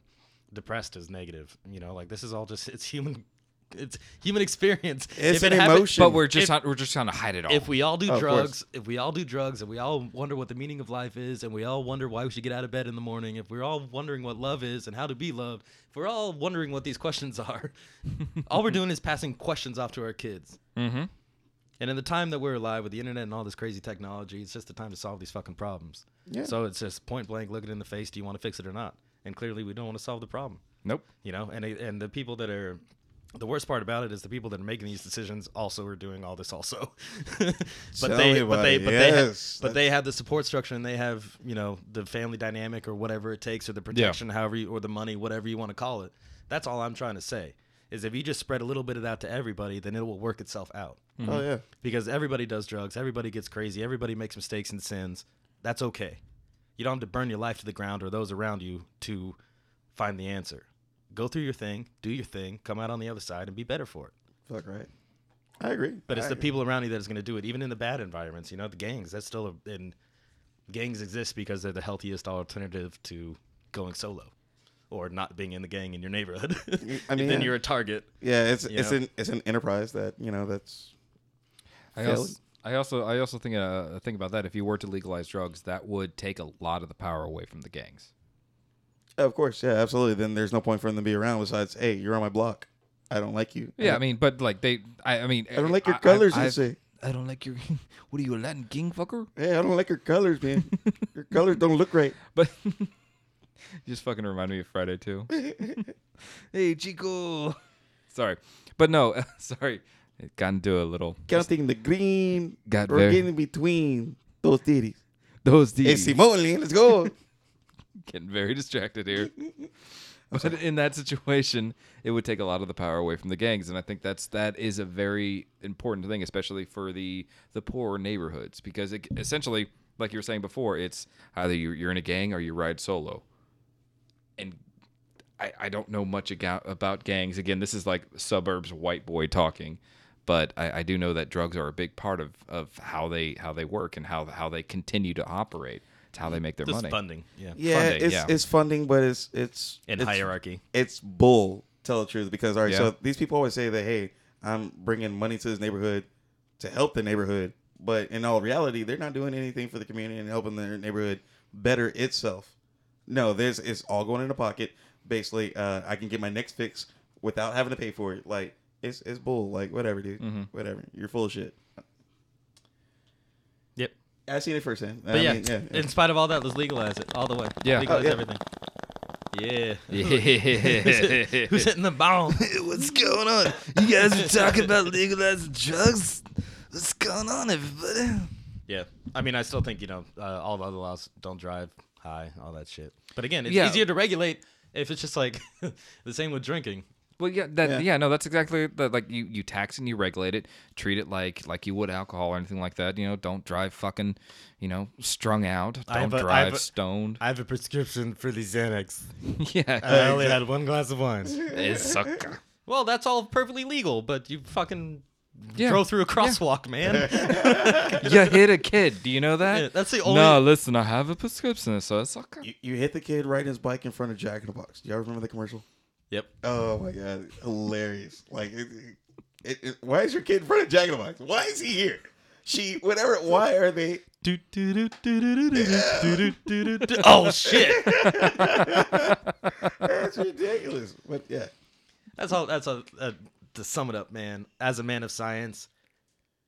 depressed is negative. You know, like this is all just it's human. It's human experience. If It's it an happen- emotion. But we're just If- not, we're just trying to hide it all. if we all do Oh, of course. drugs, if we all do drugs, and we all wonder what the meaning of life is, and we all wonder why we should get out of bed in the morning, if we're all wondering what love is and how to be loved, if we're all wondering what these questions are, all we're doing is passing questions off to our kids. Mm-hmm. And in the time that we're alive with the internet and all this crazy technology, it's just the time to solve these fucking problems. Yeah. So it's just point blank, look it in the face. Do you want to fix it or not? And clearly, we don't want to solve the problem nope. you know and it- and the people that are the worst part about it is the people that are making these decisions also are doing all this also. Tell but me they, about but they, it. but they, have, Yes, but they have the support structure and they have you know the family dynamic or whatever it takes or the protection, however you, or the money, whatever you want to call it. That's all I'm trying to say is if you just spread a little bit of that to everybody, then it will work itself out Oh yeah. because everybody does drugs, everybody gets crazy, everybody makes mistakes and sins. That's okay. You don't have to burn your life to the ground or those around you to find the answer. Go through your thing, do your thing, come out on the other side and be better for it. Fuck right. I agree. But it's I the agree. people around you that is going to do it, even in the bad environments. You know, the gangs. That's still a, and gangs exist because they're the healthiest alternative to going solo, or not being in the gang in your neighborhood. I mean, then yeah. you're a target. Yeah, it's you it's know? an it's an enterprise that you know that's I Fail- also, I also I also think uh, think about that. If you were to legalize drugs, that would take a lot of the power away from the gangs. of course yeah absolutely. Then there's no point for them to be around besides hey you're on my block, I don't like you. Yeah, I mean, but like they, I, I mean, eh, I don't like your colors, you I, say. I don't like your. What are you, a Latin king fucker? Hey, I don't like your colors, man. your colors don't look right. But you just fucking remind me of Friday too. hey, Chico. Sorry, but no, sorry. It got into a little Counting the green Got or very- getting between those titties. those Hey, D's Simone, let's go. getting very distracted here. But in that situation, it would take a lot of the power away from the gangs, and I think that's that is a very important thing, especially for the the poorer neighborhoods, because it, essentially, like you were saying before, it's either you're, you're in a gang or you ride solo. And I, I don't know much aga- about gangs. Again, this is like suburbs white boy talking, but I, I do know that drugs are a big part of, of how they how they work and how how they continue to operate. It's how they make their Just money. funding. Yeah. yeah, Funding, it's yeah. it's funding, but it's it's And it's- hierarchy. It's bull. Tell the truth, because all right, Yeah. so these people always say that hey, I'm bringing money to this neighborhood to help the neighborhood, but in all reality, they're not doing anything for the community and helping their neighborhood better itself. No, there's it's all going in the pocket. Basically, uh, I can get my next fix without having to pay for it. Like it's it's bull. Like whatever, dude. Mm-hmm. Whatever. You're full of shit. Yep. I've seen it firsthand. But I yeah, mean, yeah, yeah. in spite of all that, let's legalize it all the way. Yeah. legalize Oh, yeah. everything. Yeah. Yeah. Who's hitting the ball? What's going on? You guys are talking about legalizing drugs. What's going on, everybody? yeah, I mean, I still think you know uh, all the other laws don't drive high, all that shit. But again, it's Yeah. easier to regulate if it's just like the same with drinking. Well, yeah, that, Yeah. yeah, no, that's exactly that. Like you, you tax and you regulate it, treat it like like you would alcohol or anything like that. You know, don't drive fucking, you know, strung out. Don't I have a- I drive have a- stoned. I have a prescription for the Xanax. Uh, yeah, I only had one glass of wine. it's sucker. Well, that's all perfectly legal, but you fucking Yeah. drove through a crosswalk, man. you hit a kid. Do you know that? Yeah, that's the No, only- listen, I have a prescription, so it's sucker. You, you hit the kid riding his bike in front of Jack in the Box. Do y'all remember the commercial? yep. Oh my god, hilarious! Like, it, it, it, why is your kid in front of Jack in the Box? Why is he here? She, whatever. Why are they? Oh shit. That's ridiculous. But yeah, That's all. That's a, a to sum it up, man. As a man of science,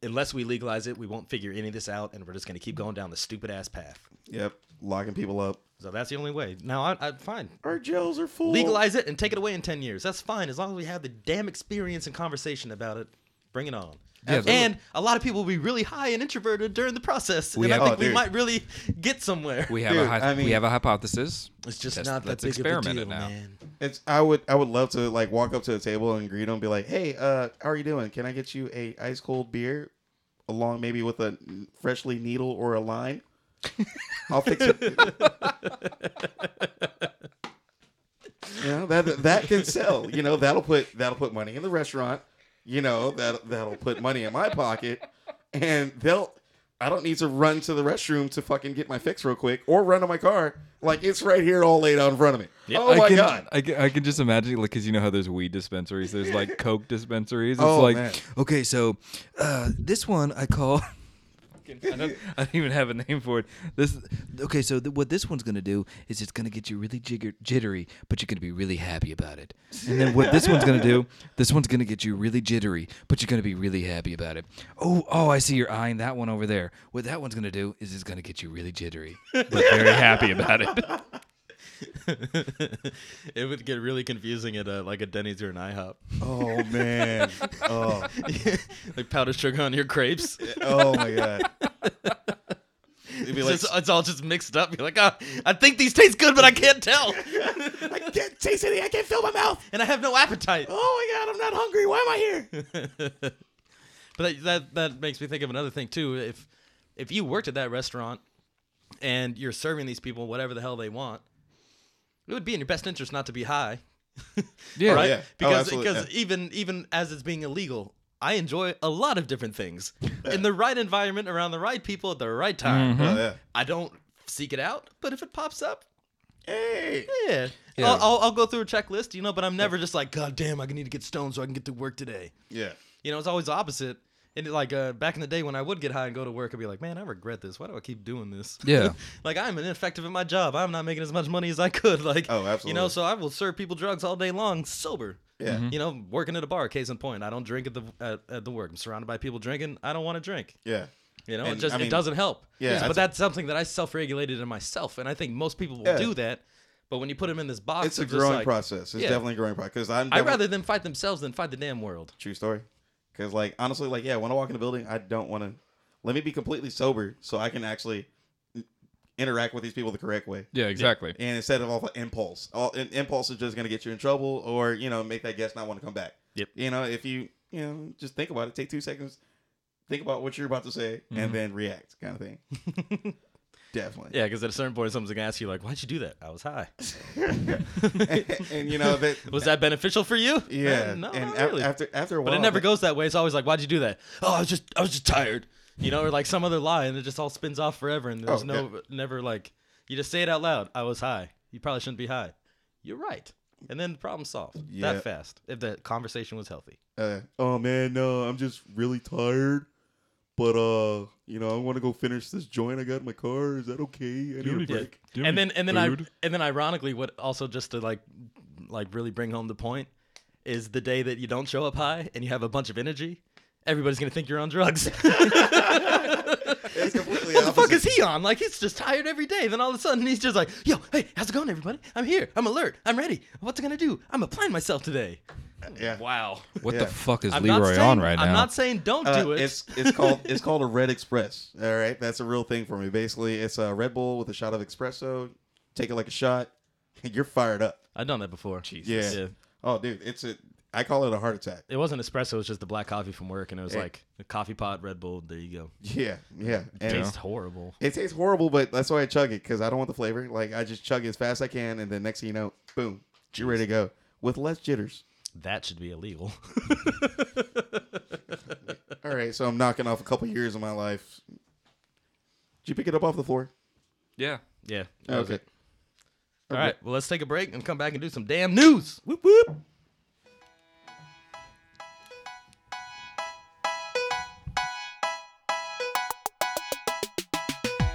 unless we legalize it, we won't figure any of this out, and we're just gonna keep going down the stupid ass path. yep, locking people up. So that's the only way. Now, I, I fine. Our jails are full. Legalize it and take it away in ten years. That's fine as long as we have the damn experience and conversation about it. Bring it on. Yeah, and a lot of people will be really high and introverted during the process, We and have- I oh, think we dude. might really get somewhere. We have Dude, a hy- I mean- we have a hypothesis. it's just Let's- not that let's big of a experiment deal, it now. man. It's. I would. I would love to like walk up to the table and greet them and be like, "Hey, uh, how are you doing? Can I get you a ice cold beer, along maybe with a freshly needle or a line? I'll fix it." you know that that can sell. You know that'll put that'll put money in the restaurant. You know that that'll put money in my pocket, and they'll. I don't need to run to the restroom to fucking get my fix real quick, or run to my car. Like it's right here, all laid out in front of me. Oh my I can, god! I can, I can just imagine, like, because you know how there's weed dispensaries, there's like Coke dispensaries. It's Oh, like, man. okay, so uh, this one I call. I don't, I don't even have a name for it. This okay. So th- what this one's gonna do is it's gonna get you really jigger, jittery, but you're gonna be really happy about it. And then what this one's gonna do? This one's gonna get you really jittery, but you're gonna be really happy about it. Oh, oh, I see you're eyeing that one over there. What that one's gonna do is it's gonna get you really jittery, but very happy about it. it would get really confusing at a, like a Denny's or an IHOP. Oh man. Oh. like powdered sugar on your crepes. Oh my god. It'd be like, it's, it's all just mixed up. You're like, oh, I think these taste good, but I can't tell, I can't taste any. I can't fill my mouth. and I have no appetite. Oh my god, I'm not hungry. Why am I here? but that, that that makes me think of another thing too. If if you worked at that restaurant and you're serving these people whatever the hell they want, it would be in your best interest not to be high, Yeah, right? yeah. Oh, Because absolutely, because even even as it's being illegal, I enjoy a lot of different things in the right environment around the right people at the right time. Oh, yeah. I don't seek it out, but if it pops up, Hey. yeah. I'll, I'll, I'll go through a checklist, you know, but I'm never just like, God damn, I need to get stoned so I can get to work today. Yeah. You know, it's always the opposite. And it, like uh, back in the day when I would get high and go to work, I'd be like, man, I regret this. Why do I keep doing this? Yeah. like I'm ineffective at my job. I'm not making as much money as I could. Like, Oh, You know, absolutely. so I will serve people drugs all day long sober. Yeah. You know, working at a bar, case in point. I don't drink at the at, at the work. I'm surrounded by people drinking. I don't want to drink. Yeah. You know, And, it just I it mean- doesn't help. Yeah, but that's- that's something that I self-regulated in myself, and I think most people will Yeah. do that. But when you put them in this box, It's a of just growing like- process. It's Yeah. definitely a growing process. Because I'm I'd definitely- rather them fight themselves than fight the damn world. True story. Because like honestly, like yeah, when I walk in the building, I don't want to. Let me be completely sober so I can actually interact with these people the correct way. Yeah, exactly. And instead of all the impulse, all and impulse is just going to get you in trouble or you know make that guest not want to come back. Yep. You know if you you know just think about it, take two seconds, think about what you're about to say, and then react, kind of thing. Definitely. Mm-hmm. Yeah, because at a certain point, someone's gonna ask you like, "Why'd you do that?" I was high. and you know that. Was that beneficial for you? Yeah. Uh, no, and not af- really. after after a while, but it never that- goes that way. It's always like, "Why'd you do that?" Oh, I was just, I was just tired. You know, or like some other lie, and it just all spins off forever, and there's Oh, no, never like, you just say it out loud. I was high. You probably shouldn't be high. You're right. And then problem solved Yeah. that fast if the conversation was healthy. uh, oh man, no, I'm just really tired. But uh, you know, I want to go finish this joint I got in my car. Is that okay? I need a Yeah. break. and then and then I and then ironically, what also just to like like really bring home the point is the day that you don't show up high and you have a bunch of energy, everybody's gonna think you're on drugs. It's completely what the fuck is he on? Like he's just tired every day. Then all of a sudden he's just like, yo, hey, how's it going, everybody? I'm here. I'm alert. I'm ready. What's I gonna do? I'm applying myself today. Yeah. Wow. What Yeah. the fuck is I'm not Leroy saying, on right I'm now? not saying don't Uh, do it. It's it's called it's called a Red Express. All right, that's a real thing for me. Basically, it's a Red Bull with a shot of espresso. Take it like a shot, and you're fired up. I've done that before. Yeah. Oh, dude, it's a. I call it a heart attack. It wasn't espresso, it was just the black coffee from work and it was Yeah. like a coffee pot, Red Bull, there you go. Yeah, yeah. And Tastes horrible. It tastes horrible, but that's why I chug it because I don't want the flavor. Like I just chug it as fast as I can, and then next thing you know, boom, you're ready to go with less jitters. That should be illegal. All right, so I'm knocking off a couple years of my life. Did you pick it up off the floor? yeah. yeah. Okay. All right. Well, let's take a break and come back and do some damn news. Whoop whoop.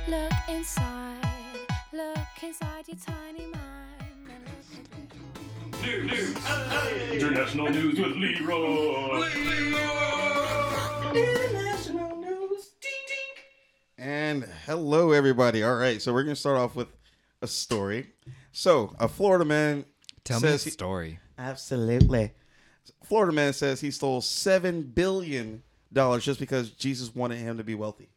Look inside, look inside your tiny mind. and look at the- International news with Leroy. And hello, everybody. All right, so we're gonna start off with a story. So a Florida man Tell me a says he- story. Absolutely. Florida man says he stole seven billion dollars just because Jesus wanted him to be wealthy.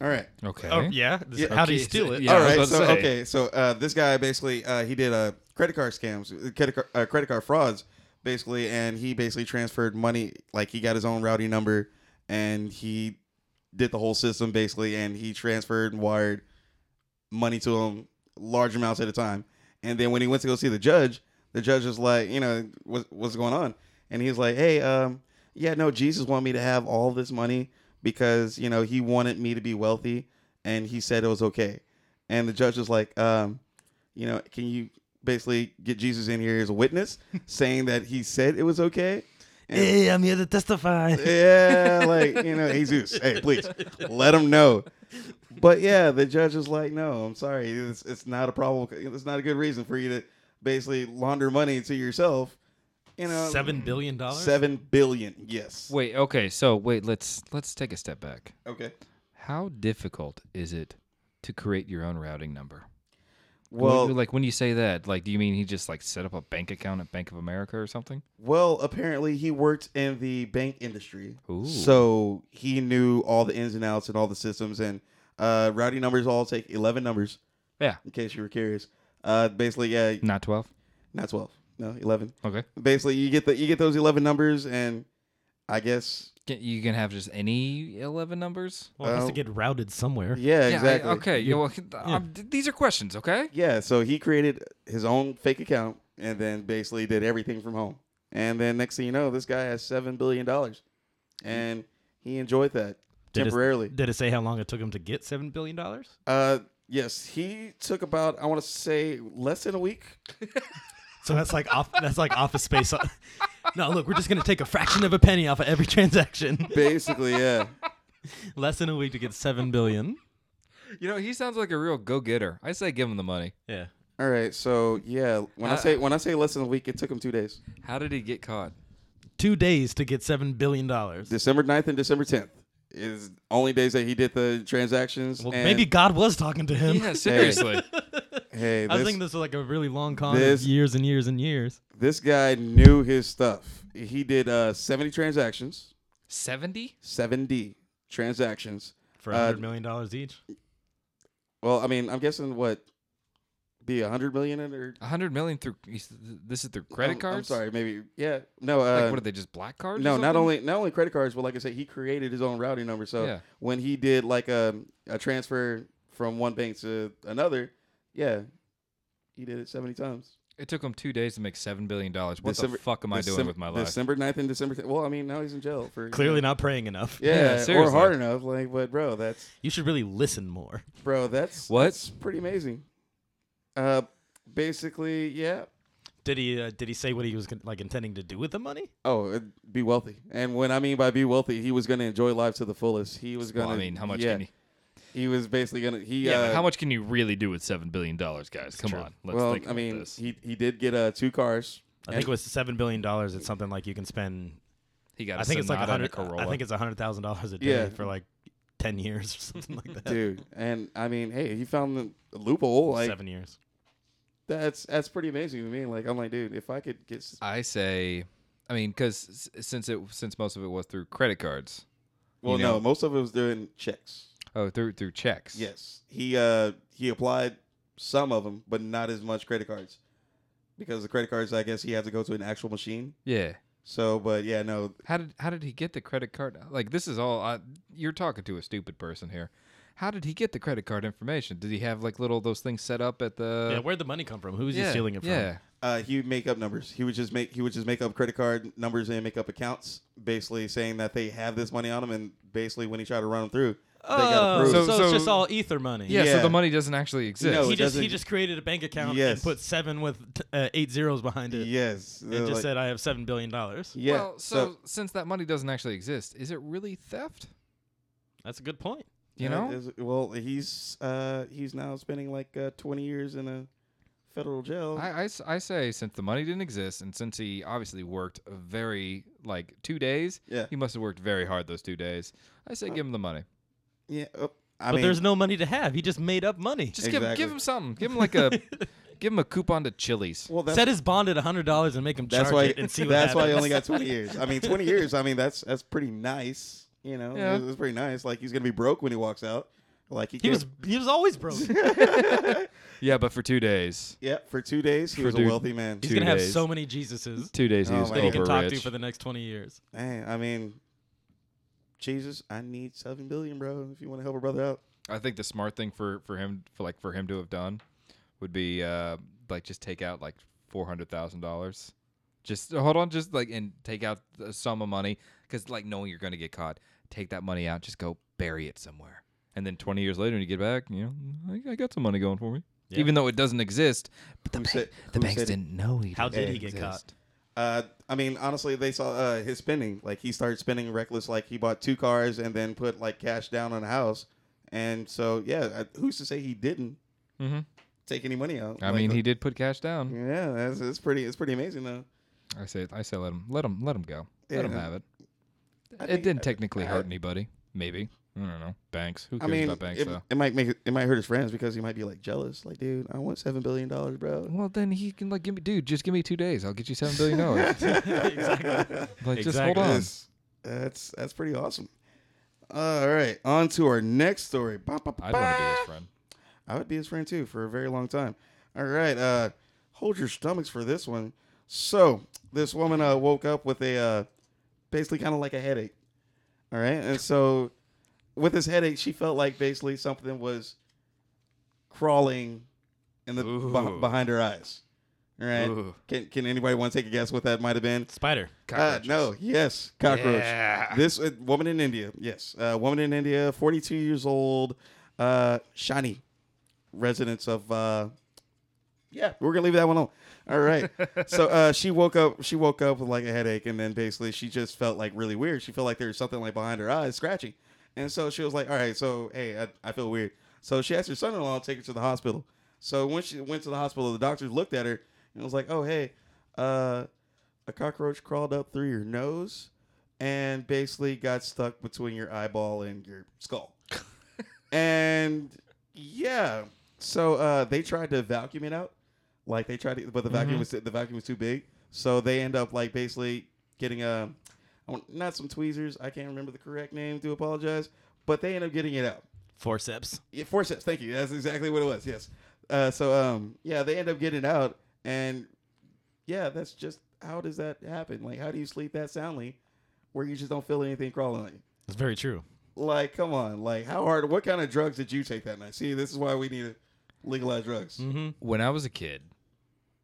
All right. Okay. Oh yeah. How do you steal it? yeah. All right. I was about to So say. okay. So uh, this guy basically uh, he did uh, credit card scams, uh, credit card, uh, credit card frauds, basically, and he basically transferred money. Like he got his own routing number, and he did the whole system basically, and he transferred and wired money to him large amounts at a time. And then when he went to go see the judge, the judge was like, you know, what, what's going on? And he's like, hey, um, yeah, no, Jesus wanted me to have all this money because you know he wanted me to be wealthy, and he said it was okay. And the judge was like, um, you know, can you basically get Jesus in here as a witness, saying that he said it was okay? Hey, I'm here to testify. yeah, like you know, Jesus, hey, please let him know. But yeah, the judge is like, no, I'm sorry, it's, it's not a problem. It's not a good reason for you to basically launder money to yourself. You know, Seven billion dollars. seven billion. Yes. Wait. Okay. So wait. Let's let's take a step back. Okay. How difficult is it to create your own routing number? Well, Well, like when you say that, like, do you mean he just like set up a bank account at Bank of America or something? well, apparently he worked in the bank industry, Ooh. so he knew all the ins and outs and all the systems. And uh, rowdy numbers all take eleven numbers, Yeah, in case you were curious. Uh, basically, yeah, not twelve. not twelve, no, eleven. Okay, Basically, you get the you get those eleven numbers, and I guess Can, you can have just any eleven numbers. Well, it has Oh. to get routed somewhere. yeah, Yeah, I- exactly. okay, you, well, I'm- these are questions. Okay. Yeah, so he created his own fake account and then basically did everything from home. And then next thing you know, this guy has seven billion dollars, and he enjoyed that Did it- temporarily. Did it say how long it took him to get seven billion dollars? Uh, yes, he took about I want to say less than a week. So that's like off. That's like Office Space. No, look, we're just gonna take a fraction of a penny off of every transaction. Basically, yeah. Less than a week to get seven billion. You know, he sounds like a real go-getter. I say give him the money. Yeah. All right, so yeah, when I Uh, say when I say less than a week, it took him two days, How did he get caught? Two days to get seven billion dollars. December 9th and December tenth is only days that he did the transactions. Well, and- maybe God was talking to him. Yeah, seriously. hey, I was this- thinking this was like a really long con this- of years and years and years. this guy knew his stuff. He did uh, 70 transactions. Seventy? 7D transactions. For Uh, hundred million dollars each. Well, I mean, I'm guessing what be a hundred million in or A hundred million through? he's- This is through credit I'm- cards. I'm sorry, maybe yeah. No, Like, uh, what are they? Just black cards? or no, not something? only not only credit cards, but like I said, he created his own routing number. So Yeah. when he did like a a transfer from one bank to another, yeah, he did it 70 times. It took him two days to make seven billion dollars. What December- the fuck am I December, doing with my life? December 9th and December. 10th. Well, I mean, now he's in jail for Clearly not praying enough. Yeah, Yeah, or seriously. hard enough. Like, but bro, that's You should really listen more. Bro, that's What? that's pretty amazing. Uh, basically, yeah. Did he? Uh, did he say what he was con- like intending to do with the money? Oh, it'd be wealthy, and when I mean by be wealthy, he was gonna enjoy life to the fullest. He was gonna. well, I mean, how much Yeah, can you? he was basically gonna. He. Yeah, uh, but how much can you really do with seven billion dollars, guys? Come true. on, let's Well, think I about mean, this. He, he he did get uh two cars. I think with seven billion dollars, it's something like you can spend. got. I think it's like a Sonata and hundred. I Corolla. think it's a hundred thousand dollars a day Yeah. for like ten years or something like that. Dude, and I mean, hey, he found the loophole. Like Seven years. that's that's pretty amazing to me. Like I'm like, dude, if I could get, s- I say, I mean, because since it since most of it was through credit cards, well, know- no, most of it was doing checks. oh, through through checks. Yes, he uh he applied some of them, but not as much credit cards because the credit cards, I guess, he had to go to an actual machine. Yeah. So, but yeah, no, How did how did he get the credit card? Like this is all I, you're talking to a stupid person here. How did he get the credit card information? Did he have like little those things set up at the? yeah, where'd the money come from? Who was he Yeah, stealing it from? Yeah. uh, he would make up numbers. He would just make he would just make up credit card numbers and make up accounts, basically saying that they have this money on them, and basically when he tried to run them through, they Oh, got approved. so, So- it's so- just all ether money. yeah. Yeah. So the money doesn't actually exist. No, he it just he doesn't- just created a bank account Yes. and put seven with t- uh, eight zeros behind it. yes, And just said, "I have seven billion dollars." yeah. Well, so, since that money doesn't actually exist, is it really theft? That's a good point. You uh, know, is- well, he's uh he's now spending like uh, twenty years in a federal jail. I, I s- I say since the money didn't exist and since he obviously worked a very like two days, Yeah. Uh, he must have worked very hard those two days. I say give him the money. yeah, oh, I but mean, there's no money to have. He just made up money. Just give give Exactly. him something. Give him like a give him a coupon to Chili's. well, that's Set his bond at hundred dollars and make him charge That's why. it and see what that's why happens. he only got twenty years. I mean, twenty years. I mean, that's that's pretty nice. You know, Yeah. that's pretty nice. Like he's gonna be broke when he walks out. Like he, he can't- was he was always broke. He's Yeah, but for two days, Yeah, for two days he was a dude- wealthy man. He's gonna have days. so many Jesuses two days Oh he was my that he over can talk rich. to for the next twenty years. Hey, I mean, Jesus, I need seven billion, bro. If you want to help a brother out, I think the smart thing for for him for like for him to have done would be uh like just take out like four hundred thousand dollars. Just hold on, just like and take out a sum of money because like knowing you're gonna get caught, take that money out, just go bury it somewhere, and then twenty years later when you get back, you know, "Mm, I, I got some money going for me, Yeah. even though it doesn't exist. But the, Who bank, said- the who banks said it? didn't know he. How didn't did he get caught? exist. uh, I mean, honestly, they saw uh, his spending. Like he started spending reckless. Like he bought two cars and then put like cash down on a house. And so, yeah, uh, who's to say he didn't Mhm. take any money out? I Like, mean, he did put cash down. Yeah, that's it's pretty. It's pretty amazing though. I say, I say, let him, let him, let him go, let him Yeah. have it. I It think- didn't technically I- hurt anybody, maybe. I don't know. Banks. Who I cares mean, about banks it, though? it might make it, it might hurt his friends because he might be like jealous. Like, dude, I want seven billion dollars, bro. Well, then he can like give me, dude. Just give me two days. I'll get you seven billion dollars. Like, just hold Exactly. on. That's that's, that's pretty awesome. All right, on to our next story. Ba, ba, ba, I'd want to be ba. his friend. I would be his friend too for a very long time. All right, uh, hold your stomachs for this one. So this woman uh, woke up with a uh, basically kind of like a headache. All right, and so with this headache, she felt like basically something was crawling in the beh Ooh. behind her eyes. All right, Ooh. can can anybody want to take a guess what that might have been? Spider. Uh, no, yes, cockroach. This uh, woman in India, yes, uh, woman in India, 42 years old, uh, Shani, residents of. Uh, yeah, we're gonna leave that one alone. All right. so uh, she woke up. She woke up with like a headache, and then basically she just felt like really weird. She felt like there was something like behind her eyes scratching, and so she was like, "All right, so hey, I, I feel weird." So she asked her son-in-law to take her to the hospital. So when she went to the hospital, the doctors looked at her and was like, "Oh hey, uh, a cockroach crawled up through your nose and basically got stuck between your eyeball and your skull. and yeah, so uh, they tried to vacuum it out, like they tried to, but the vacuum was the vacuum was too big, so they end up like basically getting a, I want- not some tweezers. I can't remember the correct name. Do apologize, but they end up getting it out. Forceps. Yeah, forceps. Thank you. That's exactly what it was. Yes. Uh, so um, yeah, they end up getting out, and yeah, that's just how does that happen? Like, how do you sleep that soundly, where you just don't feel anything crawling on you? That's very true. Like, come on. Like, how hard? What kind of drugs did you take that night? See, this is why we need to legalize drugs. Mm. when I was a kid,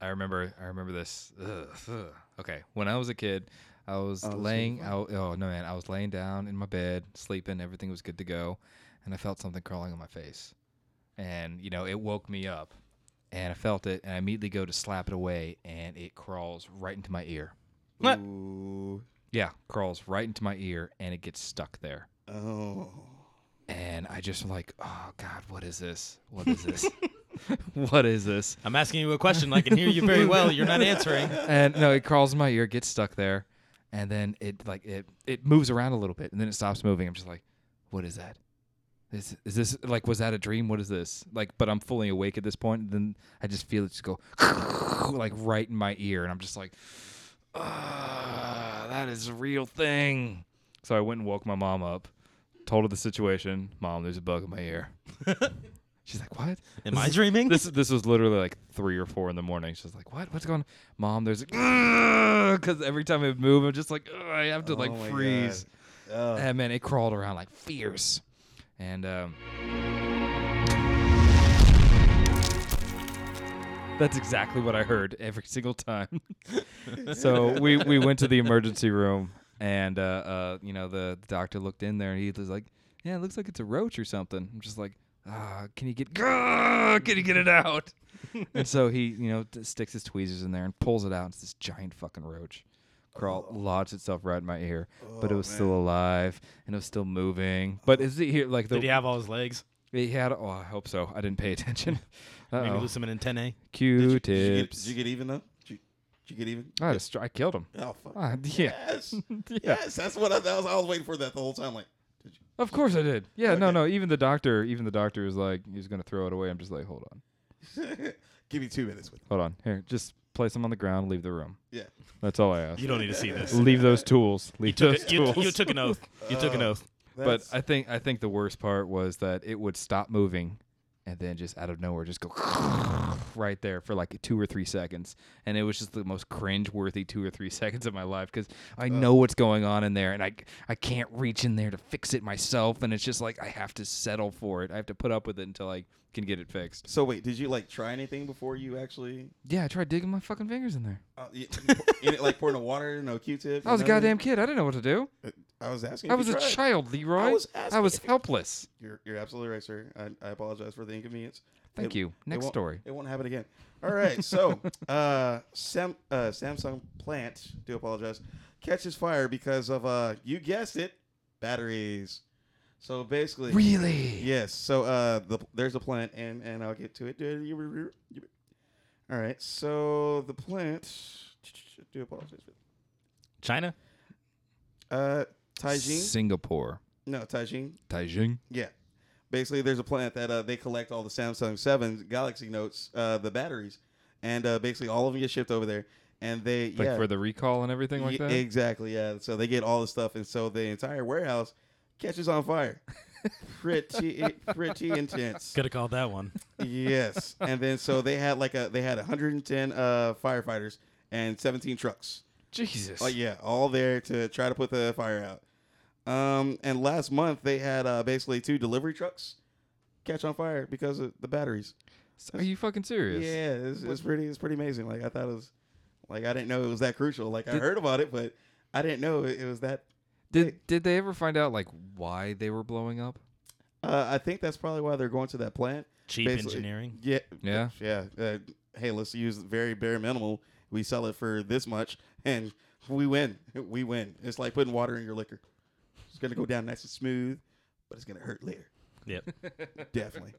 I remember I remember this. Ugh, ugh. Okay, when I was a kid, I was laying out. Oh no, man! I was laying down in my bed, sleeping. Everything was good to go, and I felt something crawling on my face, and you know it woke me up, and I felt it, and I immediately go to slap it away, and it crawls right into my ear. What? Ooh. Yeah, crawls right into my ear, and it gets stuck there. Oh. And I just like, oh God, what is this? What is this? what is this? I'm asking you a question. I can hear you very well. You're not answering. and no, it crawls in my ear, gets stuck there, and then it like it it moves around a little bit, and then it stops moving. I'm just like, what is that? Is is this like was that a dream? What is this? Like, but I'm fully awake at this point. And then I just feel it just go like right in my ear, and I'm just like, ah, that is a real thing. So I went and woke my mom up, told her the situation. Mom, there's a bug in my ear. She's like, what? Am This I is- dreaming? This this was literally like three or four in the morning. She's like, "What? What's going on, Mom?" There's because every time it moved, I'm just like, "Ugh, I have to like my freeze. Oh. And man, it crawled around like fierce, and um, that's exactly what I heard every single time. so we we went to the emergency room, and uh, uh, you know the, the doctor looked in there, and he was like, "Yeah, it looks like it's a roach or something." I'm just like, ah, "Can you get Gah, can you get it out?" and so he you know t- sticks his tweezers in there and pulls it out. It's this giant fucking roach. Crawl Oh. lodged itself right in my ear, but it was still alive and it was still moving. But is it here like the Did he have all his legs? he had? Oh, I hope so. I didn't pay attention. Maybe Uh-oh. lose some in antennae. Did you, get, Q-tips. did you get even though? Did you, did you get even? I, had a stri- I killed him. Oh fuck. Ah, yeah. Yes. Uh. Yeah. Yes. That's what I, that was. I was waiting for that the whole time. Like, did you? Of course I did. Yeah, no, no. Even the doctor, even the doctor was like, he was gonna throw it away. I'm just like, hold on, Give me two minutes with. hold on. Here, just place them on the ground. Leave the room. Yeah. That's all I asked. You don't need to see this. Leave those tools. Leave those You, tools. you took an oath. You took an oath. but That's- I think I think the worst part was that it would stop moving, and then just out of nowhere, just go right there for like two or three seconds, and it was just the most cringe-worthy two or three seconds of my life because I know what's going on in there, and I I can't reach in there to fix it myself, and it's just like I have to settle for it. I have to put up with it until I can get it fixed. So wait, did you like try anything before you actually? Yeah, I tried digging my fucking fingers in there. Uh, you, you didn't, like pouring the water, no Q-tip. I was a nothing? goddamn kid. I didn't know what to do. I was asking. I if was you a tried. child, Leroy. I was I asking was if you- helpless. You're, you're absolutely right, sir. I, I apologize for the inconvenience. Thank It- you. it Next won't- story. It won't happen again. All right. So, uh, Sam, uh, Samsung plant. Do apologize. Catches fire because of uh, you guessed it, batteries. So basically, Really? Yes. So uh, the, there's a plant, and and I'll get to it. All right. So the plant. Do apologize. for China? that. Uh, Taijin. Singapore. No, Tajin. Taijing. Yeah. Basically, there's a plant that uh, they collect all the Samsung 7 Galaxy Notes, uh, the batteries, and uh, basically all of them get shipped over there. And they Like yeah, for the recall and everything like Ye- that. Exactly, yeah. So they get all the stuff, and so the entire warehouse catches on fire. pretty, pretty intense. Could have called that one. yes, and then so they had like a they had 110 uh, firefighters and 17 trucks. Jesus. Oh yeah, all there to try to put the fire out. Um, and last month they had uh, basically two delivery trucks catch on fire because of the batteries. Are you fucking serious? Yeah, it's, it's pretty. It's pretty amazing. Like I thought it was. Like I didn't know it was that crucial. Like I heard about it, but I didn't know it, it was that. Did Did they ever find out like why they were blowing up? Uh, I think that's probably why they're going to that plant. Cheap engineering. Yeah. Yeah. Yeah. Uh, hey, let's use very bare minimal. We sell it for this much, and we win. We win. It's like putting water in your liquor. It's gonna go down nice and smooth, but it's gonna hurt later. Yep. Definitely.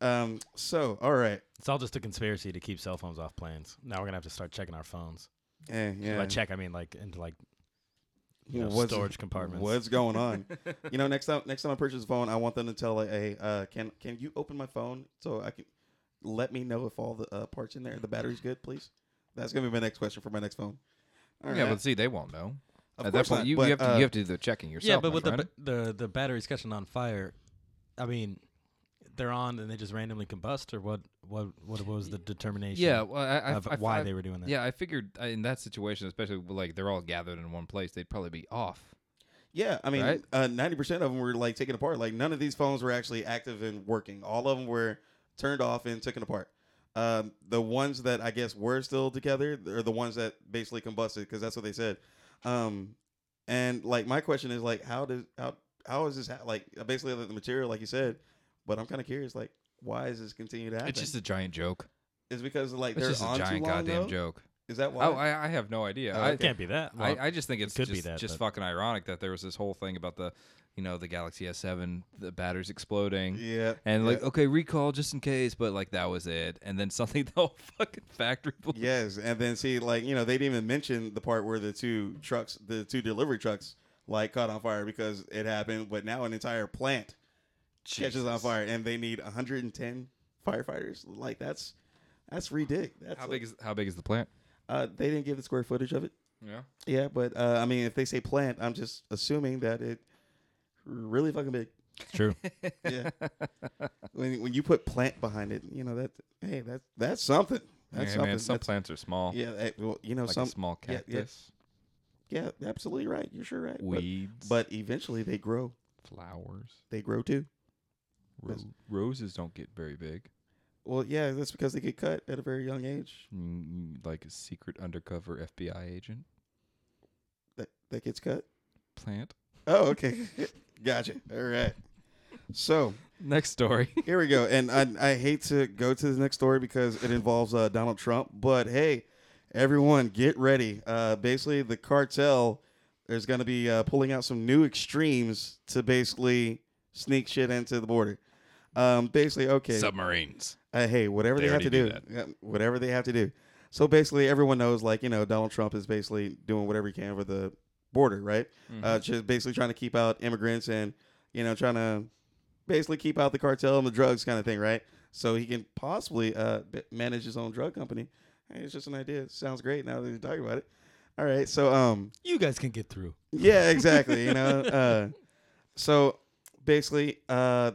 um. So, all right. It's all just a conspiracy to keep cell phones off planes. Now we're gonna have to start checking our phones. Eh, yeah. By check, I mean like into like you know, What's- storage compartments. What's going on? you know, next time next time I purchase a phone, I want them to tell like, hey, uh, can can you open my phone so I can let me know if all the uh, parts in there, the battery's good, please. That's gonna be my next question for my next phone. All Yeah, right. but see, they won't know. Of At that course point, not, you, but, you have to uh, you have to do the checking yourself. yeah, but my with the, friend. ba- the the batteries catching on fire, I mean, they're on and they just randomly combust, or what? What? What was the determination? yeah, well, I, I, of I- why I- they were doing that. Yeah, I figured uh, in that situation, especially with, like they're all gathered in one place, they'd probably be off. Yeah, I mean, Right? uh, ninety percent of them were like taken apart. Like none of these phones were actually active and working. All of them were turned off and taken apart. Um, the ones that I guess were still together are the ones that basically combusted because that's what they said. Um, and like my question is like, how does how how is this ha- like basically the material like you said? But I'm kind of curious like. Why is this continue to happen? It's just a giant joke. It's because like It's they're just on a too giant long, goddamn though? joke. Is that why? Oh, I, I have no idea. Oh, I, it can't be that. Well, I, I just think it's could just, be that, just but- fucking ironic that there was this whole thing about the, you know, the Galaxy S7, the batteries exploding. Yeah, And like, yeah. okay, recall just in case, but like that was it. And then suddenly the whole fucking factory blew. Yes, and then see, like you know, they didn't even mention the part where the two trucks, the two delivery trucks, like caught on fire because it happened. But now an entire plant catches on fire, and they need 110 firefighters. Like that's that's ridiculous. That's How big is how big is the plant? Uh, they didn't give the square footage of it. Yeah. Yeah, but uh, I mean, if they say plant, I'm just assuming that it really fucking big. it's true. Yeah. when when you put plant behind it, you know that hey, that's that's something. That's Hey, something. man, some That's- plants are small. Yeah, that- well, you know Like some a small yeah, cactus. yeah. Yeah, absolutely right. You're sure right. But- Weeds. But, eventually they grow. flowers. They grow too. Ro- roses don't get very big. Well, yeah, that's because they get cut at a very young age. Mm, Like a secret undercover FBI agent That that gets cut. plant. Oh, okay. gotcha. All right. So Next story. here we go. And I, I hate to go to the next story because it involves uh, Donald Trump. But hey, everyone, get ready. Uh, basically, the cartel is going to be uh, pulling out some new extremes to basically sneak shit into the border. Um, basically, okay. Submarines. uh, hey, whatever they, They have to do, already do yeah, whatever they have to do. So basically, everyone knows, like you know, Donald Trump is basically doing whatever he can for the border, right? Uh, just basically trying to keep out immigrants and you know trying to basically keep out the cartel and the drugs kind of thing, right? So he can possibly uh, b- manage his own drug company. Hey, it's just an idea. Sounds great now that you're talking about it. All right, so um, you guys can get through. yeah, exactly. You know, uh, so basically, uh,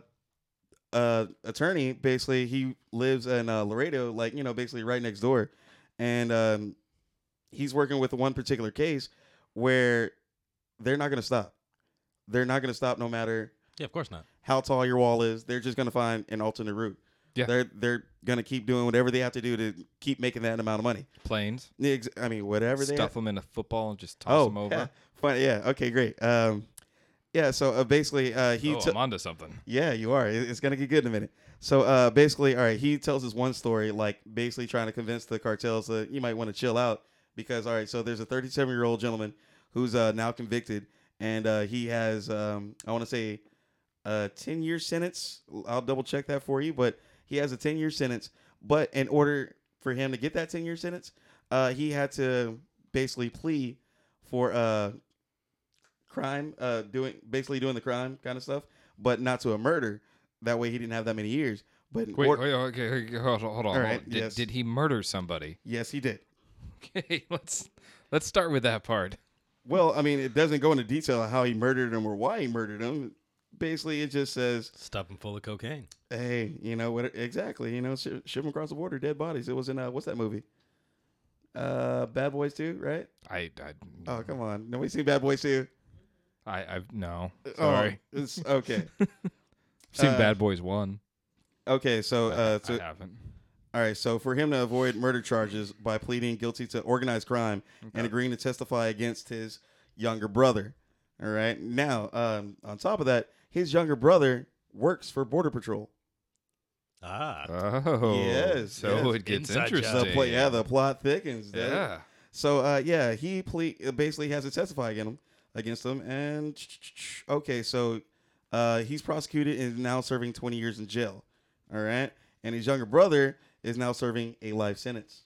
uh, attorney basically he lives in uh, Laredo, like you know, basically right next door, and um, he's working with one particular case where they're not going to stop. They're not going to stop no matter Yeah, of course not. how tall your wall is. They're just going to find an alternate route. Yeah. They're they're going to keep doing whatever they have to do to keep making that amount of money. Planes. The ex- I mean, whatever they Stuff them in a football and just toss Oh, them over. Yeah. Fun- yeah. Okay. Great. Um, yeah. So uh, basically, uh, he. oh, t- I'm onto something. yeah, you are. It- It's gonna get good in a minute. So uh, basically, all right. He tells us one story, like basically trying to convince the cartels that you might want to chill out because all right. So there's a 37 year old gentleman who's uh, now convicted, and uh, he has um, I want to say a 10 year sentence. I'll double check that for you, but he has a 10 year sentence. But in order for him to get that 10 year sentence, uh, he had to basically plea for uh, crime, uh, doing basically doing the crime kind of stuff, but not to a murder. That way, he didn't have that many years. But in Wait, or- wait, okay, okay, hold on. Hold on. All right, did, yes. did he murder somebody? yes, he did. Okay, let's let's start with that part. Well, I mean, it doesn't go into detail on how he murdered him or why he murdered him. Basically, it just says, Stuff him full of cocaine. "Hey, you know what? Exactly. You know, ship, ship 'em across the border, dead bodies." It was in uh, what's that movie? Uh, Bad Boys Two, right? I I, Oh, come on, nobody seen Bad Boys Two? I I've no. Sorry, Oh, it's, okay, I've seen uh, Bad Boys One. okay. So, uh, I so haven't. All right, so for him to avoid murder charges by pleading guilty to organized crime and agreeing to testify against his younger brother. All right, now um, on top of that, his younger brother works for Border Patrol. Ah, Oh, Yes, So yes. it gets Inside job. The Dang. interesting. pla- yeah, the plot thickens. dude. Yeah. So uh, yeah, he ple- uh, basically has to testify against him, against him, and okay, so uh, he's prosecuted and is now serving 20 years in jail. All right, and his younger brother is now serving a life sentence.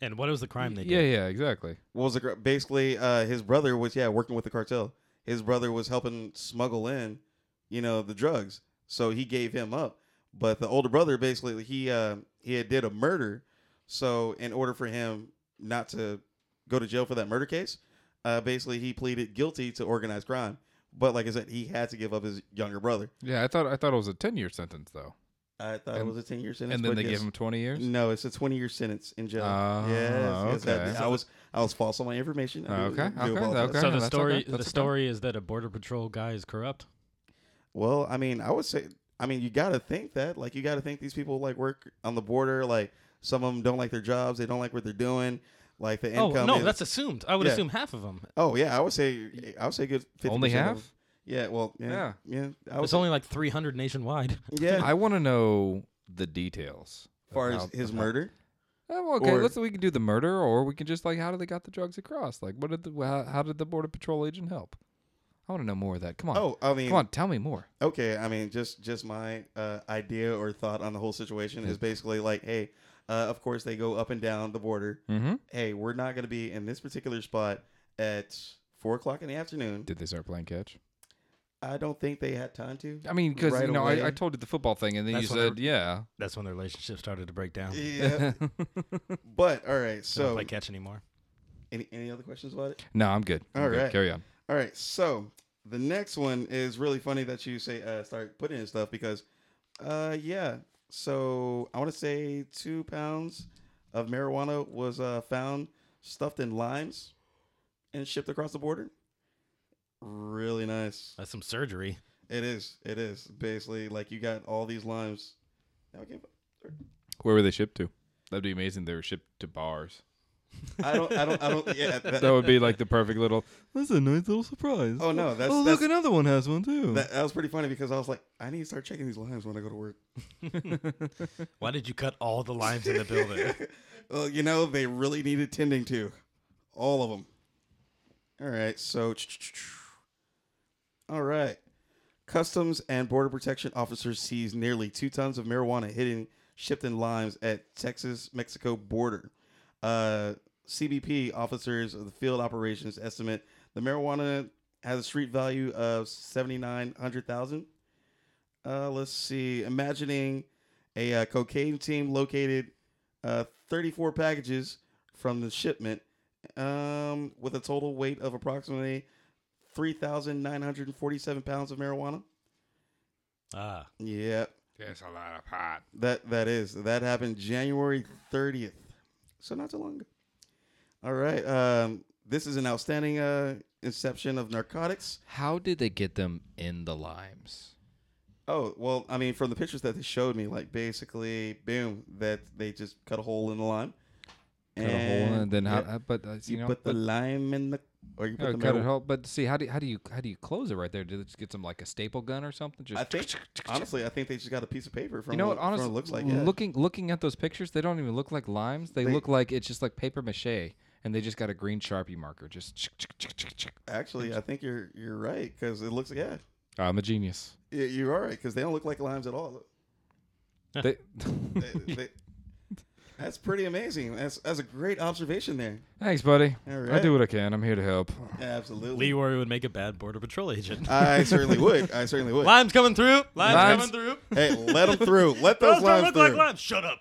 and what was the crime they did? Yeah, yeah, exactly. what was the gr- basically uh, his brother was yeah working with the cartel. His brother was helping smuggle in, you know, the drugs. So he gave him up. But the older brother basically he uh, he had did a murder. So in order for him not to go to jail for that murder case, uh, basically he pleaded guilty to organized crime. But like I said, he had to give up his younger brother. Yeah, I thought I thought it was a ten year sentence though, I thought it And- was a ten year sentence. and then but they yes. gave him twenty years. No, it's a twenty-year sentence in jail. Oh, yes, yes, I- okay. I, was I was false on my information. I do- Okay, do okay, apologize. okay. So the that's story, okay, the that's okay. story is that a border patrol guy is corrupt. Well, I mean, I would say, I mean, you got to think that, like, you got to think these people like work on the border. Like, some of them don't like their jobs. They don't like what they're doing. Like the Oh income. no, is- that's assumed. I would Yeah. assume half of them. Oh yeah, I would say, I would say a good. 50 Only half? Yeah. Well. Yeah. Yeah. Yeah. I would It's say- only like 300 nationwide. yeah. I want to know the details. as far as about- his about- murder. Oh, well, okay, Or- let's we can do the murder, or we can just like how did they got the drugs across? Like, what did the how, how did the border patrol agent help? I want to know more of that. Come on, Oh, I mean, come on, tell me more. okay. I mean, just just my uh, idea or thought on the whole situation Mm-hmm. is basically like, hey, uh, of course they go up and down the border. Mm-hmm. Hey, we're not going to be in this particular spot at four o'clock in the afternoon. Did they start playing catch? I don't think they had time to. I mean, because Right you know, away. I, I told you the football thing, and then That's you what I- said, yeah, That's when the relationship started to break down. Yeah. Uh, but all right. They don't So play catch anymore. any, any other questions about it? no, I'm good. I'm All good. right. carry on. All right. So the next one is really funny that you say uh, start putting in stuff because, uh, yeah. So I want to say two pounds of marijuana was uh, found stuffed in limes and shipped across the border. Really nice. That's some surgery. It is. It is basically like you got all these limes. Now I can't- Where were they shipped to? That'd be amazing. if They were shipped to bars. I don't. I don't. I don't. Yeah. that- That would be like the perfect little. That's a nice little surprise. oh no. That's. oh, that's look, another one has one too. that, that was pretty funny because I was like, I need to start checking these limes when I go to work. Why did you cut all the lines in the building? Well, you know, they really needed tending to. All of them. All right, so. All right. Customs and Border Protection officers seized nearly two tons of marijuana hidden shipped in limes at Texas Mexico border. Uh, CBP officers of the field operations estimate the marijuana has a street value of 790000 uh, Let's see. Imagining a uh, cocaine team located uh, 34 packages from the shipment um, with a total weight of approximately 3,947 pounds of marijuana. ah, Yeah, That's a lot of pot. that that is. That happened January 30th. So not too long ago. All right. Um, this is an outstanding uh, inception of narcotics. How did they get them in the limes? Oh, well, I mean, from the pictures that they showed me, like basically, boom, that they just cut a hole in the lime. Cut a hole in, and then how? yeah, uh, But uh, you, you know, put the but- lime in the or you put Oh, the cut marijuana- it out. But see, how do how do you how do you close it right there? Do they just get some like a staple gun or something? Just I think honestly, I think they just got a piece of paper from you know what, what? Honestly, from what it looks like. yeah. looking looking at those pictures, they don't even look like limes. They, They- look like it's just like paper mache, and they just got a green sharpie marker. Just Actually, I think you're you're right because it looks yeah, I'm a genius. you- you are right because they don't look like limes at all. They- They, they, That's pretty amazing. That's that's a great observation there. Thanks, buddy. All I right. do what I can. I'm here to help. Absolutely. Leroy would make a bad border patrol agent. I certainly would. I certainly would. Lime's coming through. Lime's, Uh, Lime's- coming through. Hey, let them through. Let Those those don't lines look like through. lime. Shut up.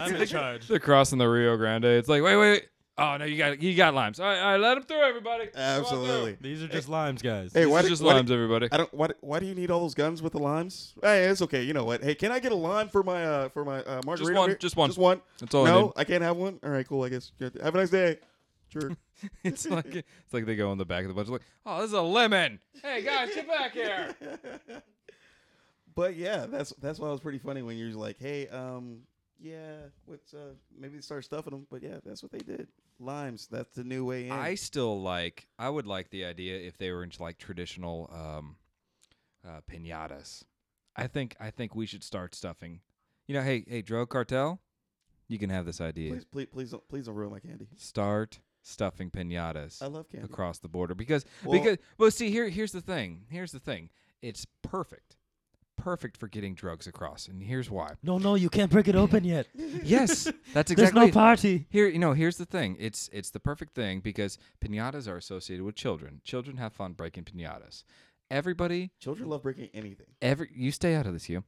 I'm in charge. They're crossing the Rio Grande. It's like, wait, wait, wait. Oh no, you got you got limes. All right, all right, let them through, everybody. Come on through. Absolutely. These are just limes, guys. Hey, This why is do- just why do- limes, everybody. I don't. Why, do- why do you need all those guns with the limes? Hey, it's okay. You know what? Hey, can I get a lime for my uh for my uh, margarita? one, over here? just one. Just one. That's all I No, need. I can't have one. All right, cool. I guess. Have a nice day. Sure. It's like it's like they go in the back of the bunch. Like, oh, this is a lemon. Hey guys, get back here. But yeah, that's that's why it was pretty funny when you're like, hey, um, yeah, what's uh, maybe they start stuffing them, but yeah, that's what they did. Limes, that's the new way in. I still like. I would like the idea if they were into like traditional um, uh, pinatas. I think I think we should start stuffing. You know, hey hey, drug cartel, you can have this idea. please, please, please don't, please don't ruin my candy. Start stuffing pinatas. I love candy. across the border because Well- because well see here here's the thing here's the thing it's perfect perfect for getting drugs across and here's why No, no, you can't break it open yet. yes that's exactly party. here you know here's the thing it's it's the perfect thing because piñatas are associated with children children have fun breaking piñatas everybody Children love breaking anything. every you stay out of this you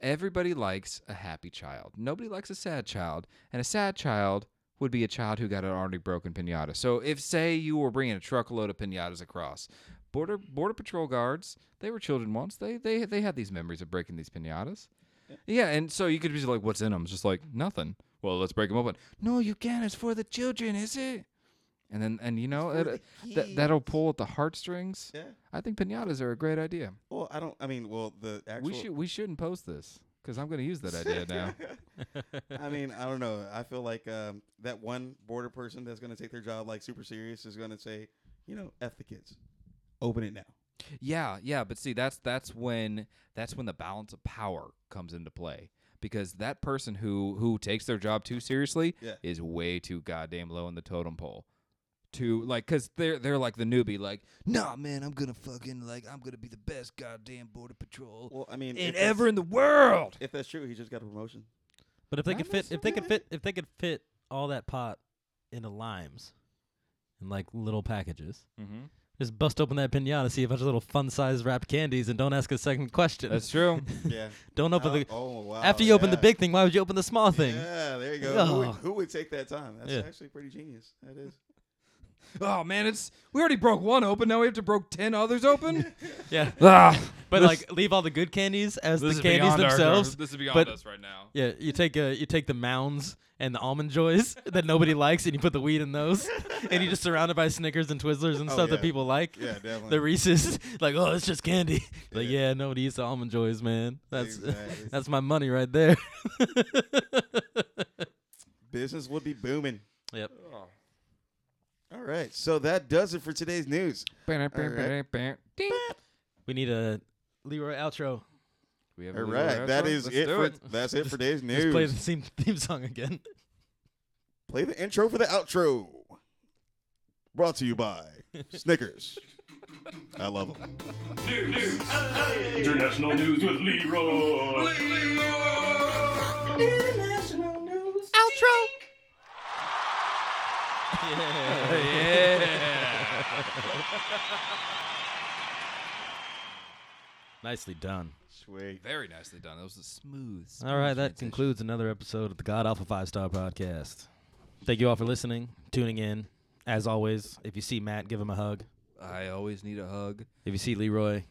everybody likes a happy child nobody likes a sad child and a sad child would be a child who got an already broken piñata so if say you were bringing a truckload of piñatas across border border patrol guards they were children once they they they had these memories of breaking these piñatas yeah, and so you could be like, "What's in them?" Just like nothing. Well, let's break them open. No, you can't. It's for the children, is it? And then, and you know, for it, uh, the that that'll pull at the heartstrings. Yeah. I think pinatas are a great idea. Well, I don't. I mean, well, the actual. We should we shouldn't post this because I'm going to use that idea now. I mean, I don't know. I feel like um, that one border person that's going to take their job like super serious is going to say, you know, f the kids, open it now. yeah, yeah, but see, that's that's when that's when the balance of power comes into play because that person who who takes their job too seriously Yeah. is way too goddamn low in the totem pole. To like, cause they're they're like the newbie, like, nah, man, I'm gonna fucking like, I'm gonna be the best goddamn border patrol Well, I mean, in that's- ever in the world. if that's true, he just got a promotion. But if they Lime could fit, is if they could okay. fit, if they could fit all that pot into limes, in like little packages, Mm-hmm. just bust open that pinata, see a bunch of little fun-sized wrapped candies, and don't ask a second question. That's true. Yeah. don't open Oh, the. oh, wow. after you open the yeah. big thing, why would you open the small thing? Yeah, there you go. Who, would, Oh. who would take that time? That's Yeah. actually pretty genius. That is. oh man, it's we already broke one open. Now we have to broke ten others open. Yeah, ah, but this- like leave all the good candies as the this is candies beyond our- themselves. this is beyond but- us right now. Yeah, you take uh, you take the mounds and the almond joys that nobody likes, and you put the weed in those, and you just surround it by Snickers and Twizzlers and Oh, stuff yeah. that people like. Yeah, definitely. The Reese's, like, oh, it's just candy. Like, Yeah. yeah, nobody eats the almond joys, man. That's Exactly. that's my money right there. Business would be booming. yep. All right. So that does it for today's news. Ding. We need a Leroy outro. We have All a legal right. That outro? is Let's it do for that's it for today's Let's news. play the same theme song again. Play the intro for the outro. Brought to you by Snickers. I love them. International news with Leroy. Nicely done. Sweet. Very nicely done. That was a smooth. smooth All right, that transition. concludes another episode of the God Alpha Five Star Podcast. Thank you all for listening, tuning in. As always, if you see Matt, give him a hug. I always need a hug. If you see Leroy,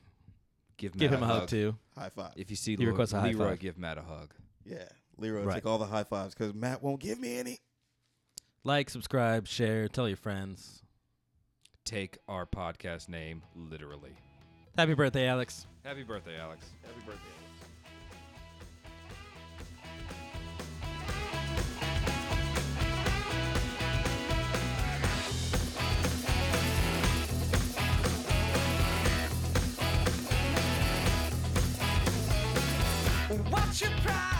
Give Matt give him a hug, too. High five. If you see He Lo- requests a high Leroy, five. give Matt a hug. Yeah. Leroy, Right. take all the high fives because Matt won't give me any. Like, subscribe, share, tell your friends. Take our podcast name literally. Happy birthday, Alex. Happy birthday, Alex. What's your problem?